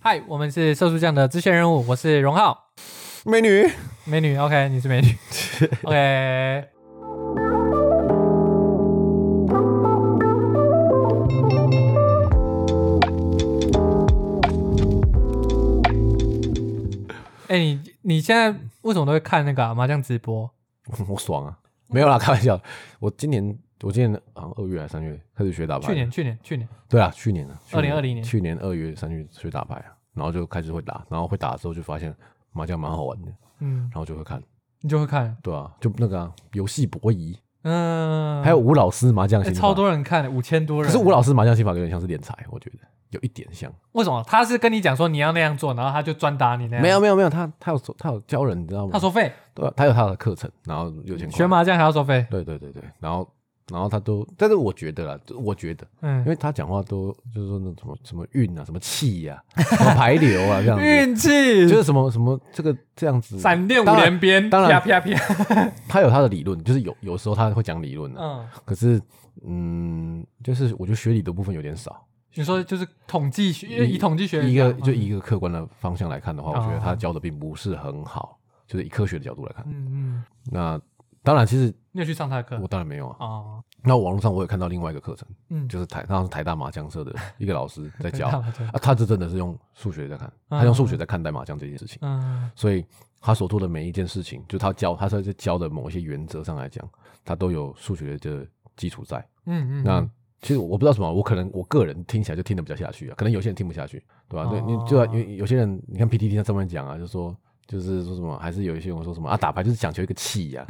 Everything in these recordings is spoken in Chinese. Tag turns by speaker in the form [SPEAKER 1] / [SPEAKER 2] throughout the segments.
[SPEAKER 1] 嗨，我们是社畜酱的支线任务，我是荣浩，
[SPEAKER 2] 美女，
[SPEAKER 1] 美女，OK，你是美女，OK。哎、你你现在为什么都会看那个啊、麻将直播？
[SPEAKER 2] 我爽啊！没有啦，开玩笑。我今年，我今年好像二月还是三月开始学打牌。
[SPEAKER 1] 去年，去年，去年，
[SPEAKER 2] 对啊，去年啊，去
[SPEAKER 1] 2020年
[SPEAKER 2] 去年二月、三月学打牌啊，然后就开始会打，然后会打之后就发现麻将蛮好玩的，
[SPEAKER 1] 嗯
[SPEAKER 2] 然，后就会看。
[SPEAKER 1] 你就会看，
[SPEAKER 2] 对啊，就那个啊，游戏博弈，
[SPEAKER 1] 嗯，
[SPEAKER 2] 还有吴老师麻将
[SPEAKER 1] 哎、
[SPEAKER 2] 心法，
[SPEAKER 1] 超多人看，五千多
[SPEAKER 2] 可
[SPEAKER 1] 人。
[SPEAKER 2] 是吴老师麻将心法有点像是敛财，我觉得有一点像。
[SPEAKER 1] 为什么？他是跟你讲说你要那样做，然后他就专打你那样。
[SPEAKER 2] 没有，没有没有，他他有他有教人，你知道吗？
[SPEAKER 1] 哎他收费，
[SPEAKER 2] 对啊，他有他的课程，然后六千
[SPEAKER 1] 学
[SPEAKER 2] 块。
[SPEAKER 1] 麻将还要收费。
[SPEAKER 2] 对对对对，然后然后他都，但是我觉得啦，我觉得因
[SPEAKER 1] 嗯，
[SPEAKER 2] 为他讲话都就是说那什么什么运啊，什么 气呀、什么排流啊，这样子，
[SPEAKER 1] 运气
[SPEAKER 2] 就是什么什么这个这样子。
[SPEAKER 1] 闪电五
[SPEAKER 2] 当然
[SPEAKER 1] 连鞭，
[SPEAKER 2] 当
[SPEAKER 1] 啪
[SPEAKER 2] 然
[SPEAKER 1] 啪啪。
[SPEAKER 2] 他有他的理论，就是有有时候他会讲理论啊，
[SPEAKER 1] 嗯，
[SPEAKER 2] 可是嗯，就是我觉得学理的部分有点少。
[SPEAKER 1] 你说就是统计学，因为以统计学
[SPEAKER 2] 一个
[SPEAKER 1] 来讲
[SPEAKER 2] 就，一个客观的方向来看的话，我觉得
[SPEAKER 1] 哦
[SPEAKER 2] 他教的并不是很好，就是以科学的角度来看。
[SPEAKER 1] 嗯嗯，
[SPEAKER 2] 那当然，其实
[SPEAKER 1] 你有去上他的课
[SPEAKER 2] 我当然没有啊。
[SPEAKER 1] 哦，
[SPEAKER 2] 那网络上我也看到另外一个课程，
[SPEAKER 1] 嗯，
[SPEAKER 2] 就是台那是台大麻将社的一个老师 在教
[SPEAKER 1] 对
[SPEAKER 2] 啊，
[SPEAKER 1] 对
[SPEAKER 2] 他这真的是用数学在看，
[SPEAKER 1] 嗯
[SPEAKER 2] 他用数学在看待麻将这件事情。
[SPEAKER 1] 嗯，
[SPEAKER 2] 所以他所做的每一件事情，就他教他在这教的某一些原则上来讲，他都有数学的基础在。
[SPEAKER 1] 嗯嗯，
[SPEAKER 2] 那其实我不知道什么，我可能我个人听起来就听得比较下去啊，可能有些人听不下去，对吧、
[SPEAKER 1] 哦
[SPEAKER 2] 对，你就要有有些人，你看 PTT 在上面讲啊，就说。就是说什么，还是有一些人说什么啊，打牌就是讲求一个气呀、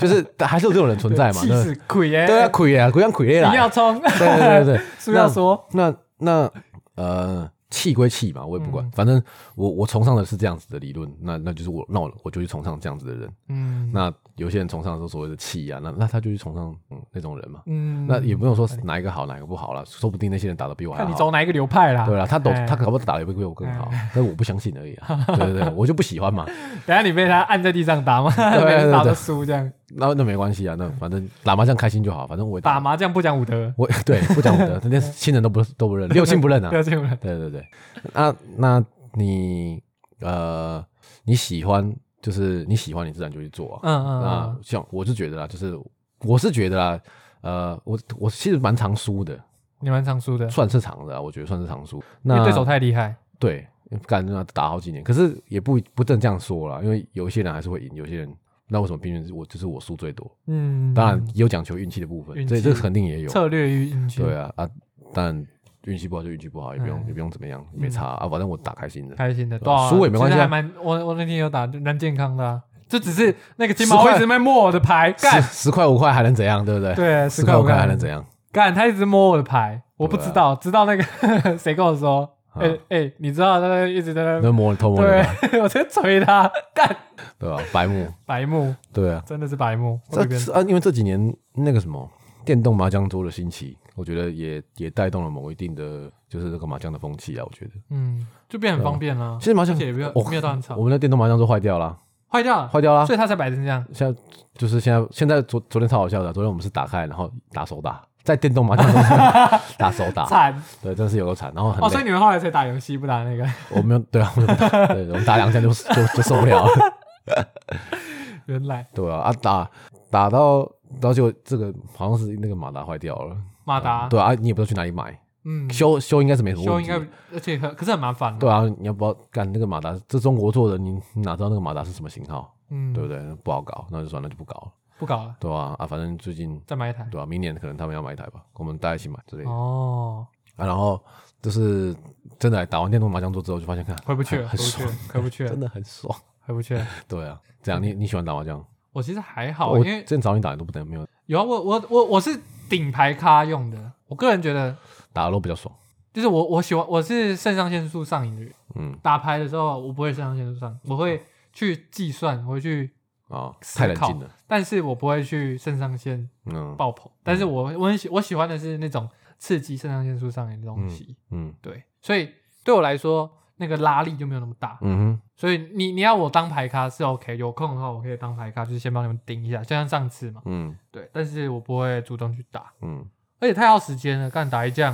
[SPEAKER 2] 就是还是有这种人存在嘛。
[SPEAKER 1] 气
[SPEAKER 2] 对
[SPEAKER 1] 死鬼耶！
[SPEAKER 2] 对啊，鬼啊，鬼像鬼咧
[SPEAKER 1] 一
[SPEAKER 2] 啦
[SPEAKER 1] 定。要冲，
[SPEAKER 2] 对对对对，
[SPEAKER 1] 是不是要说？
[SPEAKER 2] 那那呃，气归气嘛，我也不
[SPEAKER 1] 嗯
[SPEAKER 2] 管，反正我我崇尚的是这样子的理论，那那就是我那我我就去崇尚这样子的人。
[SPEAKER 1] 嗯
[SPEAKER 2] 那有些人崇尚的是所谓的气啊，那那他就去崇尚嗯那种人嘛。
[SPEAKER 1] 嗯，
[SPEAKER 2] 那也不用说是哪一个好哪一个不好啦，说不定那些人打的比我还
[SPEAKER 1] 看你
[SPEAKER 2] 好。
[SPEAKER 1] 走哪一个流派啦。
[SPEAKER 2] 对啦，他懂
[SPEAKER 1] 哎
[SPEAKER 2] 他搞不好打的比我更好，但我不相信而已啊。对对对，我就不喜欢嘛。
[SPEAKER 1] 等下你被他按在地上打吗？
[SPEAKER 2] 对对
[SPEAKER 1] 每次打都
[SPEAKER 2] 对
[SPEAKER 1] 输这样，
[SPEAKER 2] 那那没关系啊，那反正打麻将开心就好，反正我也
[SPEAKER 1] 打麻将不讲武德，
[SPEAKER 2] 我对不讲武 德，那些亲人都不都不认，六亲不认啊
[SPEAKER 1] 不。要进来。
[SPEAKER 2] 对对对，那那你呃，你喜欢就是你喜欢，你自然就去做啊。
[SPEAKER 1] 嗯嗯嗯
[SPEAKER 2] 那。像我是觉得啦，就是我是觉得啦，呃，我我其实蛮常输的，
[SPEAKER 1] 你蛮常输的，
[SPEAKER 2] 算是常的啊，我觉得算是常输。
[SPEAKER 1] 因
[SPEAKER 2] 那
[SPEAKER 1] 为对手太厉害。
[SPEAKER 2] 对，干那打好几年，可是也不不正这样说啦，因为有一些人还是会赢，有些人那为什么偏偏是我就是我输最多？
[SPEAKER 1] 嗯，
[SPEAKER 2] 当然也有讲求运气的部
[SPEAKER 1] 运
[SPEAKER 2] 分，
[SPEAKER 1] 气
[SPEAKER 2] 这这肯定也有。
[SPEAKER 1] 策略与运气，哎
[SPEAKER 2] 对啊啊，但运气不好就运气不好，也不用也不用怎么样，没差
[SPEAKER 1] 嗯
[SPEAKER 2] 啊，反正我打开心的。
[SPEAKER 1] 开心的，
[SPEAKER 2] 对
[SPEAKER 1] 对啊
[SPEAKER 2] 啊输也没关系
[SPEAKER 1] 其实
[SPEAKER 2] 啊
[SPEAKER 1] 还蛮我我那天有打，蛮健康的啊，就只 是那个金
[SPEAKER 2] 十
[SPEAKER 1] 毛
[SPEAKER 2] 块
[SPEAKER 1] 一直在摸我的牌，
[SPEAKER 2] 十
[SPEAKER 1] 干，
[SPEAKER 2] 十块五块还能怎样，对不对？，
[SPEAKER 1] 对，
[SPEAKER 2] 十
[SPEAKER 1] 块
[SPEAKER 2] 块五块还
[SPEAKER 1] 干
[SPEAKER 2] 能怎样？
[SPEAKER 1] 干，他一直摸我的牌，我不知道，直到那个 谁跟我说，
[SPEAKER 2] 啊
[SPEAKER 1] 哎哎，你知道他一直在那
[SPEAKER 2] 那摸偷摸的吧，
[SPEAKER 1] 对， 我在捶他，干，
[SPEAKER 2] 对吧？白目，
[SPEAKER 1] 白目，
[SPEAKER 2] 对啊。
[SPEAKER 1] 真的是白目，我这
[SPEAKER 2] 这
[SPEAKER 1] 边
[SPEAKER 2] 是啊，因为这几年那个什么电动麻将桌的兴起，我觉得也也带动了某一定的就是这个麻将的风气啊。我觉得
[SPEAKER 1] 嗯，就变很方便了
[SPEAKER 2] 其，实麻
[SPEAKER 1] 而
[SPEAKER 2] 将
[SPEAKER 1] 且也没有
[SPEAKER 2] 啊我
[SPEAKER 1] 没有到很吵
[SPEAKER 2] 我，们的电动麻将桌坏掉了，
[SPEAKER 1] 坏掉了，
[SPEAKER 2] 坏掉了。
[SPEAKER 1] 所以他才摆成这样，
[SPEAKER 2] 现在就是现在现在昨昨天超好笑的，昨天我们是打开然后打手打，在电动麻将 桌上打手打，
[SPEAKER 1] 惨
[SPEAKER 2] 对，真的是有够惨，然后很
[SPEAKER 1] 哦，
[SPEAKER 2] 累。
[SPEAKER 1] 所以你们后来才打游戏，不打那个。
[SPEAKER 2] 我们对啊，我们打对，我们打两下就就就受不了了，
[SPEAKER 1] 原来
[SPEAKER 2] 对啊，啊打打到到就这个好像是那个马达坏掉了，
[SPEAKER 1] 马达，
[SPEAKER 2] 对啊，你也不知道去哪里买，
[SPEAKER 1] 嗯，
[SPEAKER 2] 修修应该是没什么
[SPEAKER 1] 修
[SPEAKER 2] 问
[SPEAKER 1] 应
[SPEAKER 2] 题，
[SPEAKER 1] 该，而且可可是很麻烦，，
[SPEAKER 2] 对啊，你要不要干那个马达？这中国做的，你你哪知道那个马达是什么型号，
[SPEAKER 1] 嗯，
[SPEAKER 2] 对不对？不好搞，那就算了，就不搞了，
[SPEAKER 1] 不搞了，
[SPEAKER 2] 对啊，啊，反正最近
[SPEAKER 1] 再买一台。
[SPEAKER 2] 对啊，明年可能他们要买一台吧，我们大家一起买之类的
[SPEAKER 1] 哦，
[SPEAKER 2] 啊，然后就是真的打完电动麻将桌之后，就发现看
[SPEAKER 1] 回不去了，回
[SPEAKER 2] 很
[SPEAKER 1] 不去了
[SPEAKER 2] 爽，，
[SPEAKER 1] 回不去了
[SPEAKER 2] 真，的很爽，
[SPEAKER 1] 回不去 了。
[SPEAKER 2] 对啊，这样你你喜欢打麻将？
[SPEAKER 1] 我其实还好，
[SPEAKER 2] 我
[SPEAKER 1] 哦因
[SPEAKER 2] 之
[SPEAKER 1] 为
[SPEAKER 2] 前找你打你都不能没有
[SPEAKER 1] 有啊，我我我我是顶牌咖用的，我个人觉得，
[SPEAKER 2] 打的都比较爽。
[SPEAKER 1] 就是我我喜欢我是肾上腺素上瘾的人，
[SPEAKER 2] 嗯
[SPEAKER 1] 打牌的时候我不会肾上腺素上瘾，我会去计算，我会去，
[SPEAKER 2] 啊，
[SPEAKER 1] 思考
[SPEAKER 2] 太冷静了。
[SPEAKER 1] 但是我不会去肾上腺
[SPEAKER 2] 嗯
[SPEAKER 1] 爆棚，但是我我很喜我喜欢的是那种刺激肾上腺素上瘾的东西，
[SPEAKER 2] 嗯
[SPEAKER 1] 对，所以对我来说，那个拉力就没有那么大。
[SPEAKER 2] 嗯
[SPEAKER 1] 所以你你要我当牌咖是 OK，有空的话我可以当牌咖，就是先帮你们盯一下，就像上次嘛
[SPEAKER 2] 哼。嗯
[SPEAKER 1] 对，但是我不会主动去打，
[SPEAKER 2] 嗯，
[SPEAKER 1] 而且太耗时间了，干打一将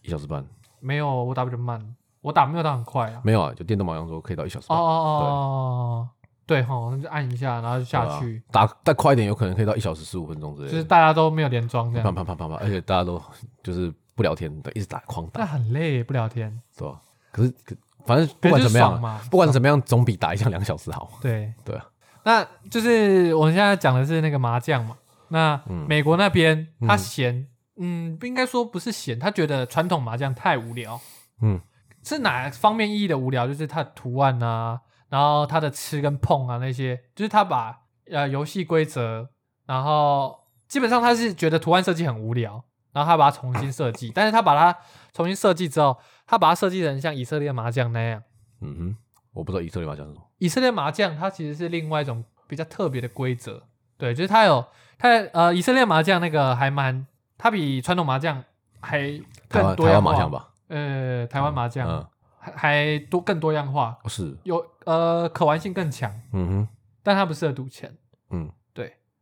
[SPEAKER 2] 一小时半
[SPEAKER 1] 没有我打比较慢，我打没有打很快啊。
[SPEAKER 2] 没有啊，就电动麻将桌可以到一小时
[SPEAKER 1] 哦
[SPEAKER 2] 半。
[SPEAKER 1] 哦哦，对吼，那就按一下，然后就下去，
[SPEAKER 2] 对啊打再快一点，有可能可以到一小时十五分钟之类
[SPEAKER 1] 就
[SPEAKER 2] 的。
[SPEAKER 1] 是大家都没有连装这
[SPEAKER 2] 啪
[SPEAKER 1] 样，
[SPEAKER 2] 啪啪啪啪，而且大家都就是不聊天，对，一直打狂
[SPEAKER 1] 但
[SPEAKER 2] 打，
[SPEAKER 1] 很累，不聊天，
[SPEAKER 2] 对吧？可是可反正不
[SPEAKER 1] 可
[SPEAKER 2] 管
[SPEAKER 1] 是就
[SPEAKER 2] 怎么样
[SPEAKER 1] 爽
[SPEAKER 2] 啊，
[SPEAKER 1] 嘛。
[SPEAKER 2] 不管怎么样，总比打一枪两小时好。
[SPEAKER 1] 对
[SPEAKER 2] 对啊，
[SPEAKER 1] 那就是我们现在讲的是那个麻将嘛。那
[SPEAKER 2] 嗯
[SPEAKER 1] 美国那边他
[SPEAKER 2] 嗯
[SPEAKER 1] 嫌，嗯，不应该说不是嫌，他觉得传统麻将太无聊。
[SPEAKER 2] 嗯，
[SPEAKER 1] 是哪方面意义的无聊？就是它的图案啊，然后它的吃跟碰啊那些，就是他把呃游戏规则，然后基本上他是觉得图案设计很无聊，然后他把它重新设计，但是他把它重新设计之后，他把它设计成像以色列麻将那样。
[SPEAKER 2] 嗯哼，我不知道以色列麻将是什么。
[SPEAKER 1] 以色列麻将它其实是另外一种比较特别的规则，对，就是它有它呃以色列麻将那个还蛮，它比传统麻将还
[SPEAKER 2] 台
[SPEAKER 1] 更
[SPEAKER 2] 湾
[SPEAKER 1] 多
[SPEAKER 2] 台
[SPEAKER 1] 样
[SPEAKER 2] 湾
[SPEAKER 1] 化
[SPEAKER 2] 麻将，吧，
[SPEAKER 1] 呃，台湾麻将、
[SPEAKER 2] 嗯，
[SPEAKER 1] 还还多更多样化，
[SPEAKER 2] 哦是，
[SPEAKER 1] 有呃可玩性更强，
[SPEAKER 2] 嗯哼，
[SPEAKER 1] 但它不适合赌钱。
[SPEAKER 2] 嗯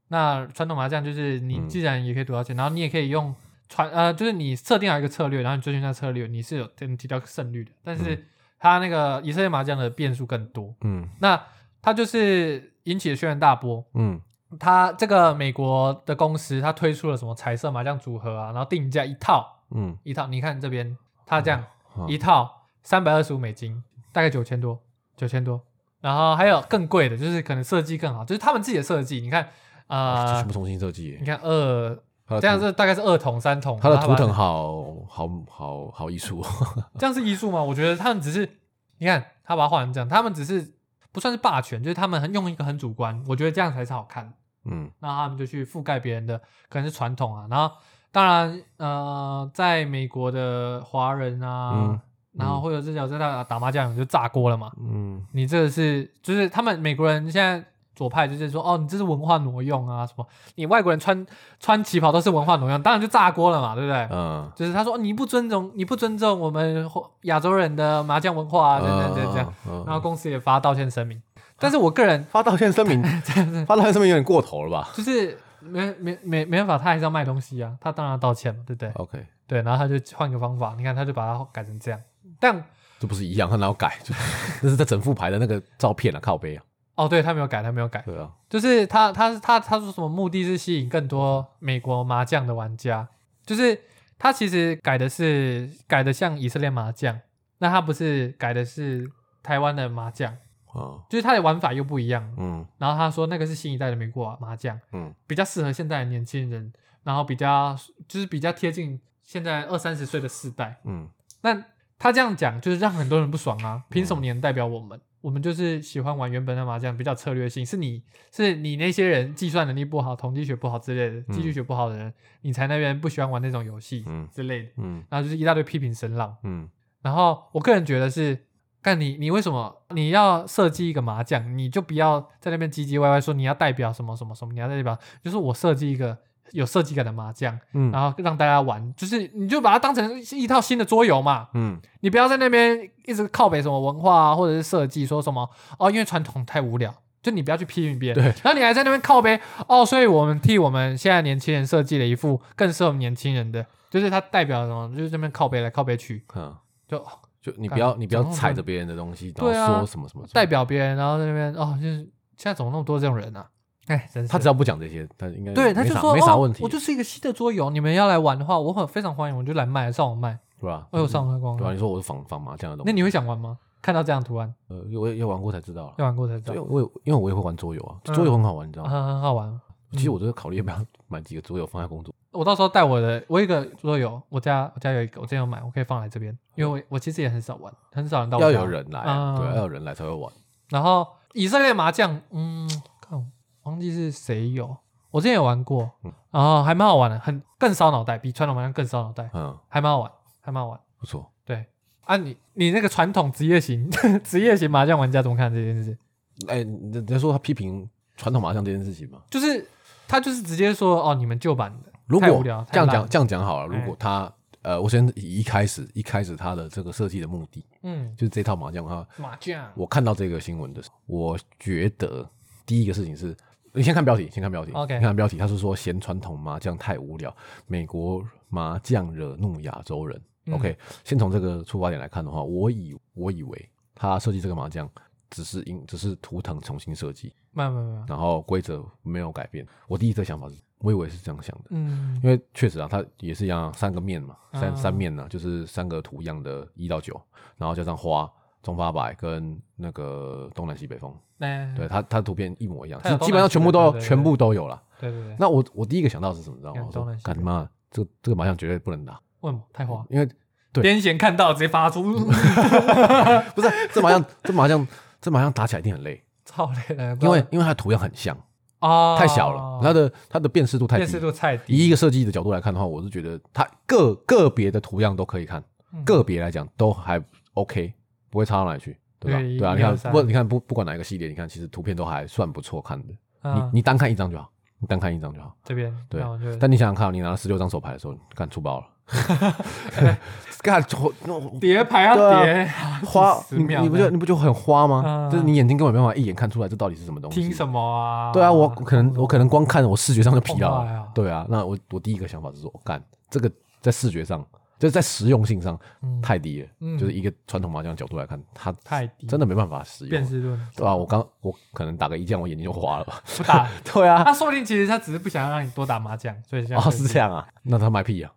[SPEAKER 1] 那传统麻将就是你
[SPEAKER 2] 嗯
[SPEAKER 1] 既然也可以赌到钱，然后你也可以用传呃，就是你设定好一个策略，然后你追寻那策略，你是有能提到胜率的。但是它那个以色列麻将的变数更多，
[SPEAKER 2] 嗯
[SPEAKER 1] 那它就是引起了轩然大波。
[SPEAKER 2] 嗯
[SPEAKER 1] 它这个美国的公司，它推出了什么彩色麻将组合啊，然后定价一套
[SPEAKER 2] 嗯
[SPEAKER 1] 一套，你看这边它这样、
[SPEAKER 2] 嗯
[SPEAKER 1] 一套三百二十五美金，大概九千多，九千多。然后还有更贵的，就是可能设计更好，就是他们自己的设计。你看，
[SPEAKER 2] 啊，这全
[SPEAKER 1] 呃
[SPEAKER 2] 部，重新设计耶
[SPEAKER 1] 你。看二
[SPEAKER 2] 它的
[SPEAKER 1] 这样
[SPEAKER 2] 图
[SPEAKER 1] 是大概是二筒三筒，
[SPEAKER 2] 它的
[SPEAKER 1] 然后
[SPEAKER 2] 图
[SPEAKER 1] 把
[SPEAKER 2] 腾好好好好艺术哦，
[SPEAKER 1] 这样是艺术吗？我觉得他们只是，你看他把它画成这样，他们只是不算是霸权，就是他们很用一个很主观，我觉得这样才是好看。
[SPEAKER 2] 嗯
[SPEAKER 1] 那他们就去覆盖别人的可能是传统啊，然后当然呃，在美国的华人啊，
[SPEAKER 2] 嗯
[SPEAKER 1] 然后或者是有在打打麻将就炸锅了嘛。
[SPEAKER 2] 嗯
[SPEAKER 1] 你这个是就是他们美国人现在左派就是说哦，你这是文化挪用啊什么，你外国人穿穿旗袍都是文化挪用，当然就炸锅了嘛，对不对？
[SPEAKER 2] 嗯，
[SPEAKER 1] 就是他说哦你不尊重你不尊重我们亚洲人的麻将文化啊，等等等等，
[SPEAKER 2] 嗯，嗯
[SPEAKER 1] 然后公司也发道歉声明。但是我个人
[SPEAKER 2] 发道歉声 明，发道歉声明有点过头了吧
[SPEAKER 1] 就是没没没没办法，他还是要卖东西啊，他当然要道歉嘛，对不对？
[SPEAKER 2] ？OK，
[SPEAKER 1] 对，然后他就换个方法，你看他就把它改成这样。但
[SPEAKER 2] 这不是一样，他哪有改？ 就那是他整副牌的那个照片啊，靠背啊，
[SPEAKER 1] 哦，对他没有改，他没有改，
[SPEAKER 2] 对啊，
[SPEAKER 1] 就是他他他他说什么目的是吸引更多美国麻将的玩家，就是他其实改的是改的像以色列麻将，那他不是改的是台湾的麻将。
[SPEAKER 2] 啊，
[SPEAKER 1] 就是他的玩法又不一样。
[SPEAKER 2] 嗯
[SPEAKER 1] 然后他说那个是新一代的美国麻将，
[SPEAKER 2] 嗯
[SPEAKER 1] 比较适合现在的年轻人，然后比较就是比较贴近现在二三十岁的世代。
[SPEAKER 2] 嗯
[SPEAKER 1] 那他这样讲，就是让很多人不爽啊！凭什么你能代表我们？我们就是喜欢玩原本的麻将，比较策略性，是你是你那些人计算能力不好、统计学不好之类的，技术学不好的人，你才那边不喜欢玩那种游戏
[SPEAKER 2] 嗯
[SPEAKER 1] 之类的。
[SPEAKER 2] 嗯
[SPEAKER 1] 然后就是一大堆批评声浪。
[SPEAKER 2] 嗯
[SPEAKER 1] 然后我个人觉得是，干你你为什么你要设计一个麻将，你就不要在那边唧唧歪歪说你要代表什么什么什么，你要代表，就是我设计一个有设计感的麻将，
[SPEAKER 2] 嗯
[SPEAKER 1] 然后让大家玩，就是你就把它当成是一套新的桌游嘛，
[SPEAKER 2] 嗯
[SPEAKER 1] 你不要在那边一直靠北什么文化啊，或者是设计说什么哦，因为传统太无聊。就你不要去批评别人，
[SPEAKER 2] 对
[SPEAKER 1] 然后你还在那边靠背哦，所以我们替我们现在年轻人设计了一副更适合我们年轻人的，就是它代表了什么，就是这边靠背来靠背去，
[SPEAKER 2] 嗯，
[SPEAKER 1] 就
[SPEAKER 2] 就你不要你不要
[SPEAKER 1] 怎么
[SPEAKER 2] 踩
[SPEAKER 1] 会
[SPEAKER 2] 着别人的东西，然
[SPEAKER 1] 对啊
[SPEAKER 2] 后说什么什么，
[SPEAKER 1] 代表别人，然后在那边哦，就是现在怎么那么多这种人啊？哎，真是
[SPEAKER 2] 他只要不讲这些，他应该
[SPEAKER 1] 对，他
[SPEAKER 2] 没
[SPEAKER 1] 就
[SPEAKER 2] 啥
[SPEAKER 1] 说
[SPEAKER 2] 没啥
[SPEAKER 1] 哦
[SPEAKER 2] 问题
[SPEAKER 1] 我，就是一个新的桌游，你们要来玩的话，我很非常欢迎，我就来卖，上网卖，
[SPEAKER 2] 对吧？
[SPEAKER 1] 我有上网光
[SPEAKER 2] 嗯对啊吧？你说我是仿仿麻将的东
[SPEAKER 1] 那
[SPEAKER 2] 西，
[SPEAKER 1] 你会想玩吗？看到这样的图案，
[SPEAKER 2] 呃，我也也玩过才知道了。
[SPEAKER 1] 要玩过才知道
[SPEAKER 2] 对，，我有因为我也会玩桌游啊，
[SPEAKER 1] 嗯
[SPEAKER 2] 桌游很好玩，你知道
[SPEAKER 1] 啊
[SPEAKER 2] 吗？
[SPEAKER 1] 很很好玩。
[SPEAKER 2] 其实我都在考虑要不要买几个桌游放在工作。
[SPEAKER 1] 我到时候带我的，我有一个桌游，我家我家有一个，我之前有买，我可以放来这边，因为我我其实也很少玩，很少人到我
[SPEAKER 2] 要
[SPEAKER 1] 家
[SPEAKER 2] 有。人来
[SPEAKER 1] 啊
[SPEAKER 2] 啊，对，要有人来才会玩。
[SPEAKER 1] 然后以色列麻将，嗯，看忘记是谁有，我之前有玩过，
[SPEAKER 2] 嗯
[SPEAKER 1] 然后还蛮好玩的，很更烧脑袋，比传统麻将更烧脑袋。
[SPEAKER 2] 嗯，
[SPEAKER 1] 还蛮好玩，还蛮好玩。
[SPEAKER 2] 不错。
[SPEAKER 1] 对啊你，你那个传统职业型 职业型麻将玩家怎么看这件事？
[SPEAKER 2] 哎，你你在说他批评传统麻将这件事情吗？
[SPEAKER 1] 就是他就是直接说哦，你们旧版的
[SPEAKER 2] 如
[SPEAKER 1] 太无
[SPEAKER 2] 果
[SPEAKER 1] 聊，
[SPEAKER 2] 这样
[SPEAKER 1] 太烂
[SPEAKER 2] 讲，这样讲好了。
[SPEAKER 1] 哎
[SPEAKER 2] 如果他呃，我先以一开始一开始他的这个设计的目的，
[SPEAKER 1] 嗯，
[SPEAKER 2] 就是这套麻将哈，
[SPEAKER 1] 麻将，
[SPEAKER 2] 我看到这个新闻的时候，我觉得第一个事情是，你先看标题，先看标题。
[SPEAKER 1] OK
[SPEAKER 2] 你看标题，他是说嫌传统麻将太无聊，美国麻将惹怒亚洲人。
[SPEAKER 1] 嗯
[SPEAKER 2] OK，先从这个出发点来看的话，我以我以为他设计这个麻将只是因只是图腾重新设计，
[SPEAKER 1] 慢慢慢慢，
[SPEAKER 2] 然后规则没有改变。我第一则想法是，我以为是这样想的，
[SPEAKER 1] 嗯
[SPEAKER 2] 因为确实啊，它也是一样，三个面嘛，三、
[SPEAKER 1] 嗯
[SPEAKER 2] 三面呢、就是三个图样的一到九，然后加上花、中发白跟那个东南西北风，
[SPEAKER 1] 哎
[SPEAKER 2] 对它它的图片一模一样，
[SPEAKER 1] 它有
[SPEAKER 2] 基基本上全部都
[SPEAKER 1] 东南西北
[SPEAKER 2] 全部都有了。
[SPEAKER 1] 对对对，
[SPEAKER 2] 那我我第一个想到的是什么，你知道吗？
[SPEAKER 1] 有
[SPEAKER 2] 我
[SPEAKER 1] 东
[SPEAKER 2] 说
[SPEAKER 1] 南西，北
[SPEAKER 2] 干你妈，这个这个麻将绝对不能打，
[SPEAKER 1] 为什么太花？
[SPEAKER 2] 因为对
[SPEAKER 1] 癫痫看到直接发出，
[SPEAKER 2] 不是这麻将这麻将这麻将打起来一定很累，
[SPEAKER 1] 操嘞！来
[SPEAKER 2] 因为因为它的图样很像，
[SPEAKER 1] 啊
[SPEAKER 2] 太小了，它的它的辨识度太低
[SPEAKER 1] 辨。识度太低，
[SPEAKER 2] 以一个设计的角度来看的话，我是觉得它个个别的图样都可以看，
[SPEAKER 1] 嗯
[SPEAKER 2] 个别来讲都还 OK，不会差到哪里去，对吧？
[SPEAKER 1] 对
[SPEAKER 2] 对啊，
[SPEAKER 1] 一
[SPEAKER 2] 你
[SPEAKER 1] 二三
[SPEAKER 2] 看不，你看不不管哪一个系列，你看其实图片都还算不错看的。
[SPEAKER 1] 嗯
[SPEAKER 2] 你你单看一张就好，你单看一张就好。
[SPEAKER 1] 这边
[SPEAKER 2] 对
[SPEAKER 1] 那我就
[SPEAKER 2] 但你想想看，你拿了十六张手牌的时候，干出 包了，干 出
[SPEAKER 1] 叠牌要
[SPEAKER 2] 对啊
[SPEAKER 1] 叠
[SPEAKER 2] 花，
[SPEAKER 1] 十
[SPEAKER 2] 你
[SPEAKER 1] 秒，
[SPEAKER 2] 你不就你不就很花吗？
[SPEAKER 1] 嗯
[SPEAKER 2] 就是你眼睛根本没办法一眼看出来这到底是什么东西。
[SPEAKER 1] 听什么啊？
[SPEAKER 2] 对啊，我可能我可能光看我视觉上就疲劳
[SPEAKER 1] 哦哎呀
[SPEAKER 2] 了。对啊，那我我第一个想法是说，我干这个在视觉上，就是在实用性上
[SPEAKER 1] 嗯
[SPEAKER 2] 太低了，
[SPEAKER 1] 嗯
[SPEAKER 2] 就是一个传统麻将角度来看，它
[SPEAKER 1] 太低，
[SPEAKER 2] 真的没办法使用
[SPEAKER 1] 辨
[SPEAKER 2] 啊。
[SPEAKER 1] 识度很低
[SPEAKER 2] 对啊，我刚我可能打个一将，我眼睛就花了吧。
[SPEAKER 1] 不大。
[SPEAKER 2] 对啊，
[SPEAKER 1] 他说不定其实他只是不想让你多打麻将，所以 这样
[SPEAKER 2] 哦是 这，样啊，那他卖屁啊。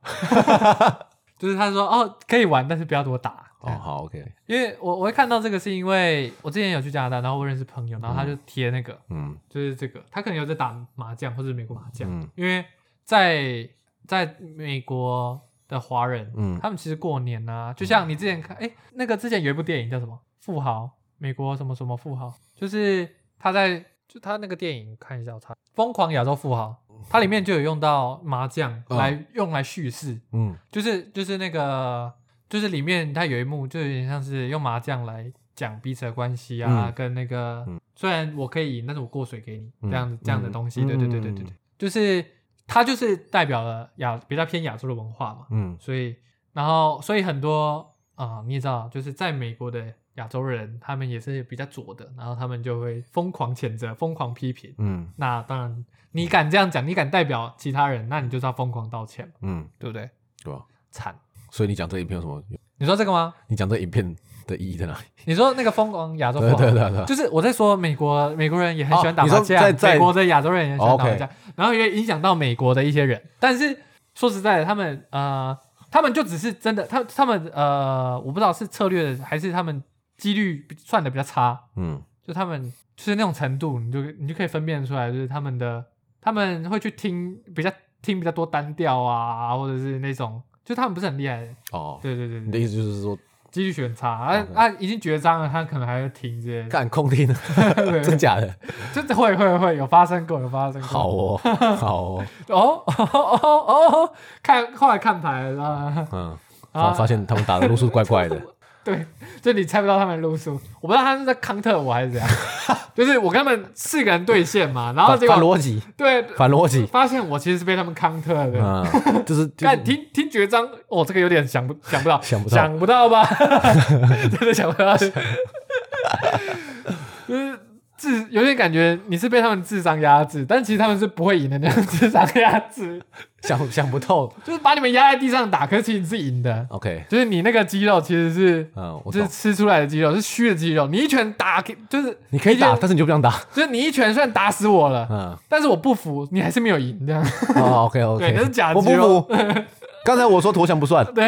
[SPEAKER 1] 就是他说哦可以玩，但是不要多打。
[SPEAKER 2] 哦好，OK，
[SPEAKER 1] 因为我我会看到这个，是因为我之前有去加拿大，然后我认识朋友，然后他就贴那个，
[SPEAKER 2] 嗯
[SPEAKER 1] 就是这个，他可能有在打麻将或者是美国麻将，
[SPEAKER 2] 嗯
[SPEAKER 1] 因为在在美国的华人，
[SPEAKER 2] 嗯
[SPEAKER 1] 他们其实过年啊，就像你之前看，哎、那个之前有一部电影叫什么《富豪》，美国什么什么富豪，就是他在就他那个电影看一下，我查《疯狂亚洲富豪》，它里面就有用到麻将
[SPEAKER 2] 嗯
[SPEAKER 1] 来、用来叙事，
[SPEAKER 2] 嗯
[SPEAKER 1] 就是就是那个，就是里面它有一幕，就有点像是用麻将来讲彼此的关系啊，
[SPEAKER 2] 嗯
[SPEAKER 1] 跟那个、
[SPEAKER 2] 嗯
[SPEAKER 1] 虽然我可以赢，但是我过水给你
[SPEAKER 2] 嗯
[SPEAKER 1] 这样子、这样的东西，
[SPEAKER 2] 嗯
[SPEAKER 1] 对对对对对对，就是它就是代表了亚比较偏亚洲的文化嘛，
[SPEAKER 2] 嗯
[SPEAKER 1] 所以然后所以很多啊、你也知道，就是在美国的亚洲人，他们也是比较左的，然后他们就会疯狂谴责、疯狂批评。
[SPEAKER 2] 嗯
[SPEAKER 1] 那当然，你敢这样讲，你敢代表其他人，那你就是要疯狂道歉嘛，
[SPEAKER 2] 嗯，
[SPEAKER 1] 对不对？
[SPEAKER 2] 对吧？
[SPEAKER 1] 惨。
[SPEAKER 2] 所以你讲这影片有什么？
[SPEAKER 1] 你说这个 吗？
[SPEAKER 2] 你讲这影片的意义在哪里？
[SPEAKER 1] 你说那个疯狂亚洲
[SPEAKER 2] 对
[SPEAKER 1] 富豪，
[SPEAKER 2] 对对 对
[SPEAKER 1] 就是我在说美国美国人也很喜欢打
[SPEAKER 2] 哦你
[SPEAKER 1] 麻
[SPEAKER 2] 说
[SPEAKER 1] 将，
[SPEAKER 2] 在在哦
[SPEAKER 1] 美国的亚洲人也很喜欢打麻
[SPEAKER 2] OK
[SPEAKER 1] 将，然后也影响到美国的一些人。但是说实在的，他们呃，他们就只是真的，他他们呃，我不知道是策略还是他们几率算的比较差，
[SPEAKER 2] 嗯
[SPEAKER 1] 就他们就是那种程度，你就你就可以分辨出来，就是他们的他们会去听比较听比较多单调啊，或者是那种，就他们不是很厉害，
[SPEAKER 2] 哦，
[SPEAKER 1] 对对对对
[SPEAKER 2] 你的意思就是说
[SPEAKER 1] 几率选差，啊
[SPEAKER 2] OK
[SPEAKER 1] 啊，已经绝章了，他可能还会停这些，
[SPEAKER 2] 干空听，真假的？
[SPEAKER 1] 真的会会会有发生过，有发生过。
[SPEAKER 2] 好哦，好哦，
[SPEAKER 1] 哦哦哦哦，看后来看牌了啊，
[SPEAKER 2] 嗯，
[SPEAKER 1] 啊
[SPEAKER 2] 发发现他们打的路数怪怪的，
[SPEAKER 1] 对，就你猜不到他们的路数，我不知道他是在康特我还是 怎样，就是我跟他们四个人对线嘛，然后
[SPEAKER 2] 反
[SPEAKER 1] 结
[SPEAKER 2] 反
[SPEAKER 1] 果
[SPEAKER 2] 逻辑，
[SPEAKER 1] 对
[SPEAKER 2] 反逻辑，
[SPEAKER 1] 发现我其实是被他们康特的。
[SPEAKER 2] 嗯，就是就
[SPEAKER 1] 看
[SPEAKER 2] 是
[SPEAKER 1] 听听绝章，哦，这个有点想不想不到，
[SPEAKER 2] 想不到
[SPEAKER 1] 想不到吧？ 真的想不到， 就是智有点感觉你是被他们智商压制，但其实他们是不会赢的那种智商压制，
[SPEAKER 2] 想想不透。
[SPEAKER 1] 就是把你们压在地上打，可是其实你是赢的，
[SPEAKER 2] OK，
[SPEAKER 1] 就是你那个肌肉其实是
[SPEAKER 2] 嗯，我
[SPEAKER 1] 就是
[SPEAKER 2] 懂，
[SPEAKER 1] 吃出来的肌肉，是虚的肌肉，你一拳打给就是
[SPEAKER 2] 你可以打，
[SPEAKER 1] 一拳
[SPEAKER 2] 但是你就不 想打，
[SPEAKER 1] 就是你一拳虽然打死我了，
[SPEAKER 2] 嗯，
[SPEAKER 1] 但是我不服，你还是没有赢这样，
[SPEAKER 2] 哦，OK OK，
[SPEAKER 1] 对那是假哦
[SPEAKER 2] 我不
[SPEAKER 1] 肌肉
[SPEAKER 2] 服。刚才我说投降不算，
[SPEAKER 1] 对，